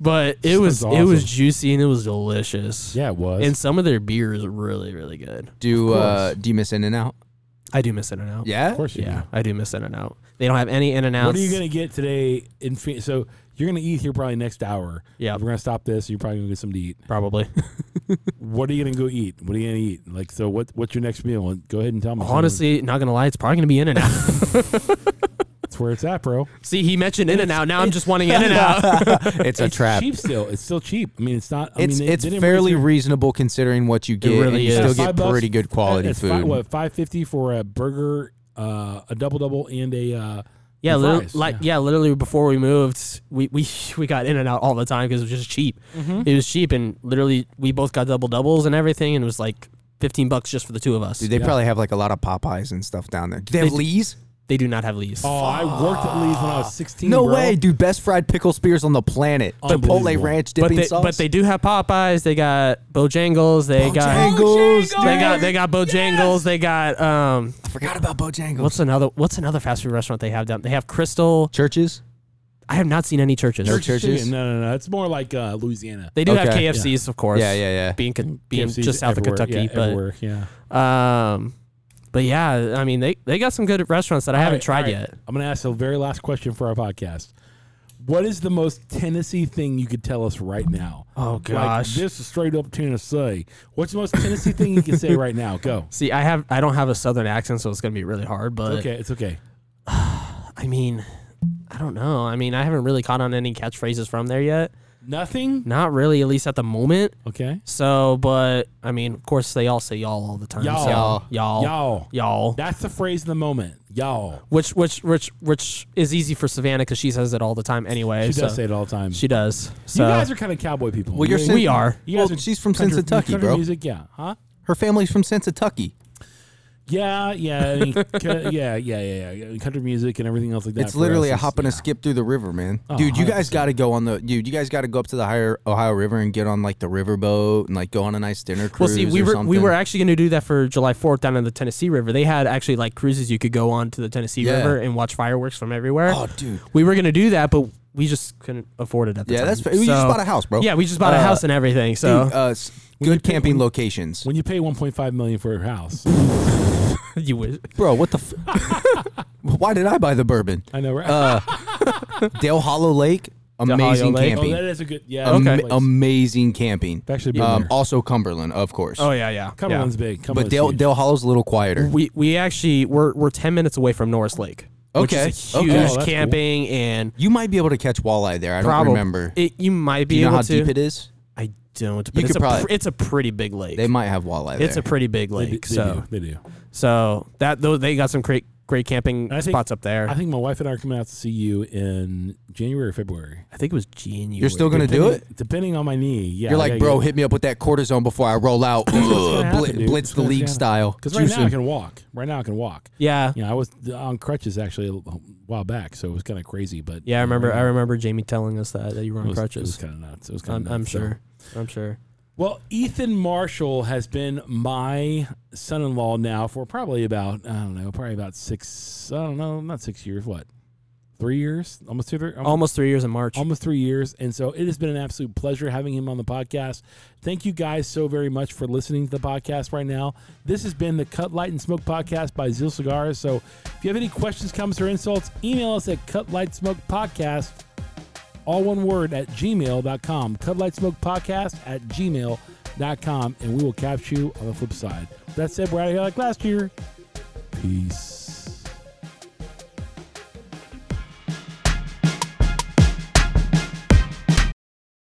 S2: but it was
S1: Sounds
S2: it was
S1: awesome.
S2: juicy and it was delicious.
S1: Yeah, it was.
S2: And some of their beer is really really good.
S3: Do
S1: Of
S3: uh,
S1: course.
S3: do you miss In and Out?
S2: I do miss In and Out.
S1: of
S3: Yeah.
S1: course you
S2: Yeah, I do miss In and Out. They don't have any In and
S1: do.
S2: Outs.
S1: What are you gonna get today? In Phoenix? so you're gonna eat here probably next hour.
S2: Yeah.
S1: we're gonna stop this. You're probably gonna get something to eat. [laughs]
S2: Probably.
S1: What are you gonna go eat? What are you gonna eat? Like, so what? What's your next meal? Go ahead and tell me.
S2: Honestly, not gonna lie, it's probably gonna be In and Out. [laughs]
S1: that's where it's at, bro.
S2: See, he mentioned In and Out. Now I'm just wanting In
S1: [laughs]
S2: and Out.
S3: It's a trap.
S1: Cheap still. It's still cheap. I mean, it's not. I
S3: It's
S1: mean, they-
S3: it's
S1: they didn't raise
S3: fairly
S1: their-
S3: reasonable considering what you get.
S2: really
S3: and you
S2: is.
S3: still
S1: Yeah,
S3: get
S1: five bucks.
S3: pretty good quality
S1: it's
S3: food.
S1: Five, what five fifty for a burger, uh, a double double, and a uh,
S2: yeah,
S1: and
S2: lit-
S1: fries.
S2: like yeah. literally before we moved, we we, [laughs] we got In and Out all the time because it was just cheap.
S3: Mm-hmm.
S2: It was cheap, and literally we both got double doubles and everything, and it was like fifteen bucks just for the two of us.
S3: Dude, they probably have like a lot of Popeyes and stuff down there. Do they have
S2: They-
S3: Lee's?
S2: They do not have leaves.
S1: Oh, I worked at Lee's when I was sixteen.
S3: No
S1: bro.
S3: way, dude! Best fried pickle spears on the planet. Chipotle
S1: Unbelievable.
S3: ranch
S2: but
S3: dipping
S2: they
S3: sauce.
S2: but they do have Popeyes. They got Bojangles. They got
S3: Bojangles,
S2: they got they got Bojangles. They got um
S3: I forgot about Bojangles.
S2: what's another what's another fast food restaurant they have down? They have Crystal.
S3: churches?
S2: I have not seen any churches.
S3: Church- churches?
S1: No, no, no. It's more like uh, Louisiana.
S2: They do have
S3: Okay.
S2: KFCs, of course.
S3: Yeah, yeah, yeah.
S2: Being con- being
S1: KFC's
S2: just south of
S1: everywhere.
S2: Kentucky,
S1: yeah, everywhere. yeah.
S2: but um, but yeah, I mean they they got some good restaurants that I haven't
S1: All
S2: tried
S1: right, all right.
S2: yet.
S1: I'm going to ask the very last question for our podcast. What is the most Tennessee thing you could tell us right now?
S2: Oh, gosh.
S1: like, this is straight up Tennessee. What's the most Tennessee thing you can
S2: [laughs]
S1: say right now? Go.
S2: See, I have I don't have a southern accent, so it's gonna be really hard. But
S1: Okay, it's okay.
S2: I mean, I don't know. I mean, I haven't really caught on any catchphrases from there yet.
S1: Nothing.
S2: Not really, at least at the moment.
S1: Okay.
S2: So, but I mean, of course, they all say y'all all the time.
S1: Y'all.
S2: so, y'all, y'all,
S1: Y'all.
S2: y'all.
S1: That's the phrase of the moment. Y'all.
S2: Which, which, which, which is easy for Savannah because she says it all the time anyway.
S1: She
S2: so
S1: does say it all the time.
S2: She does. uh, So
S1: you guys are kind of cowboy people.
S3: Well, you're
S1: You-
S3: saying-
S2: we are.
S1: you guys
S3: well,
S1: are
S3: she's from
S1: country-
S3: Cincinnati,
S1: country
S3: bro.
S1: Music, yeah, huh?
S3: Her family's from Cincinnati.
S1: Yeah, yeah, I mean, [laughs] ca- yeah, yeah, yeah, yeah. Country music and everything else like that.
S3: It's
S1: for
S3: literally
S1: us
S3: a
S1: is-
S3: hop and a
S1: yeah.
S3: skip through the river, man.
S2: Oh,
S3: dude, you guys got to go on the dude. You guys got to go up to the higher Ohio River and get on like the riverboat and like go on a nice dinner
S2: Well,
S3: cruise.
S2: see, we
S3: or
S2: were we
S3: something.
S2: were actually going to do that for July Fourth down in the Tennessee River. They had actually like cruises you could go on to the Tennessee
S3: Yeah.
S2: River and watch fireworks from everywhere.
S3: Oh, dude.
S2: we were going to do that, but we just couldn't afford it at the
S3: Yeah,
S2: time.
S3: that's fair. We just bought a house, bro.
S2: Yeah, we just bought a
S3: Uh,
S2: house and everything.
S3: Dude,
S2: So
S3: uh, s- good camping locations,
S1: When you pay 1.5 million for your house,
S2: [laughs] you wish.
S3: bro. What the? F-
S2: [laughs]
S3: Why did I buy the bourbon?
S1: I know, right?
S3: Uh, Dale Hollow Lake, amazing
S1: oh,
S2: Lake.
S3: camping.
S1: that is a good. Yeah,
S3: Am-
S1: that's a good place.
S3: Amazing camping.
S1: I've actually been
S3: Um,
S1: there.
S3: also Cumberland, of course.
S2: Oh yeah, yeah.
S1: Cumberland's
S2: yeah.
S1: big.
S3: but
S1: Cumberland's
S3: Dale
S1: huge.
S3: Dale Hollow's a little quieter.
S2: We we actually we're we're ten minutes away from Norris Lake. Which
S3: Okay,
S2: is a huge
S3: okay. Oh, that's
S1: cool.
S2: camping and
S3: You might be able to catch walleye there. I don't
S2: probably
S3: remember.
S2: It, you might be
S3: Do you know
S2: able
S3: how
S2: to.
S3: deep it is?
S2: I don't. But it's
S3: could
S2: a
S3: probably-
S2: pr- it's a pretty big lake.
S3: They might have walleye there.
S2: it's a pretty big
S1: They,
S2: lake.
S1: do-
S2: so
S1: they do. They do.
S2: So that though they got some great great camping
S1: I think-
S2: spots up there.
S1: I think my wife and I are coming out to see you in January or February.
S2: I think it was January.
S3: You're still gonna do it?
S1: Depending- Depending on my knee. Yeah.
S3: You're like, bro, hit me up with that cortisone before I roll out. Ugh,
S1: gonna happen,
S3: bl-
S1: dude. It's
S3: blitz the
S1: gonna-
S3: league
S1: yeah.
S3: style.
S1: Because right
S3: Juice
S1: now I
S3: him.
S1: can walk. Right now I can walk.
S2: Yeah. yeah.
S1: You know, I was on crutches actually a l- while back, so it was kind of crazy. But
S2: I remember.
S1: right
S2: I
S1: now
S2: remember Jamie telling us that that you were
S1: it
S2: on
S1: was, It was
S2: crutches.
S1: kind of nuts. It was kind of
S2: I'm, I'm sure. I'm sure.
S1: Well, Ethan Marshall has been my son-in-law now for probably about I don't know, probably about six. I don't know, not six years. What? Three years? Almost two. Three, almost,
S2: Almost three years in March.
S1: almost three years. And so it has been an absolute pleasure having him on the podcast. Thank you guys so very much for listening to the podcast right now. This has been the Cut Light and Smoke podcast by Zeal Cigars. So if you have any questions, comments, or insults, email us at Cut Light Smoke Podcast all one word at gmail.com cub light smoke podcast at gmail.com and we will catch you on the flip side that said we're out of here like last year peace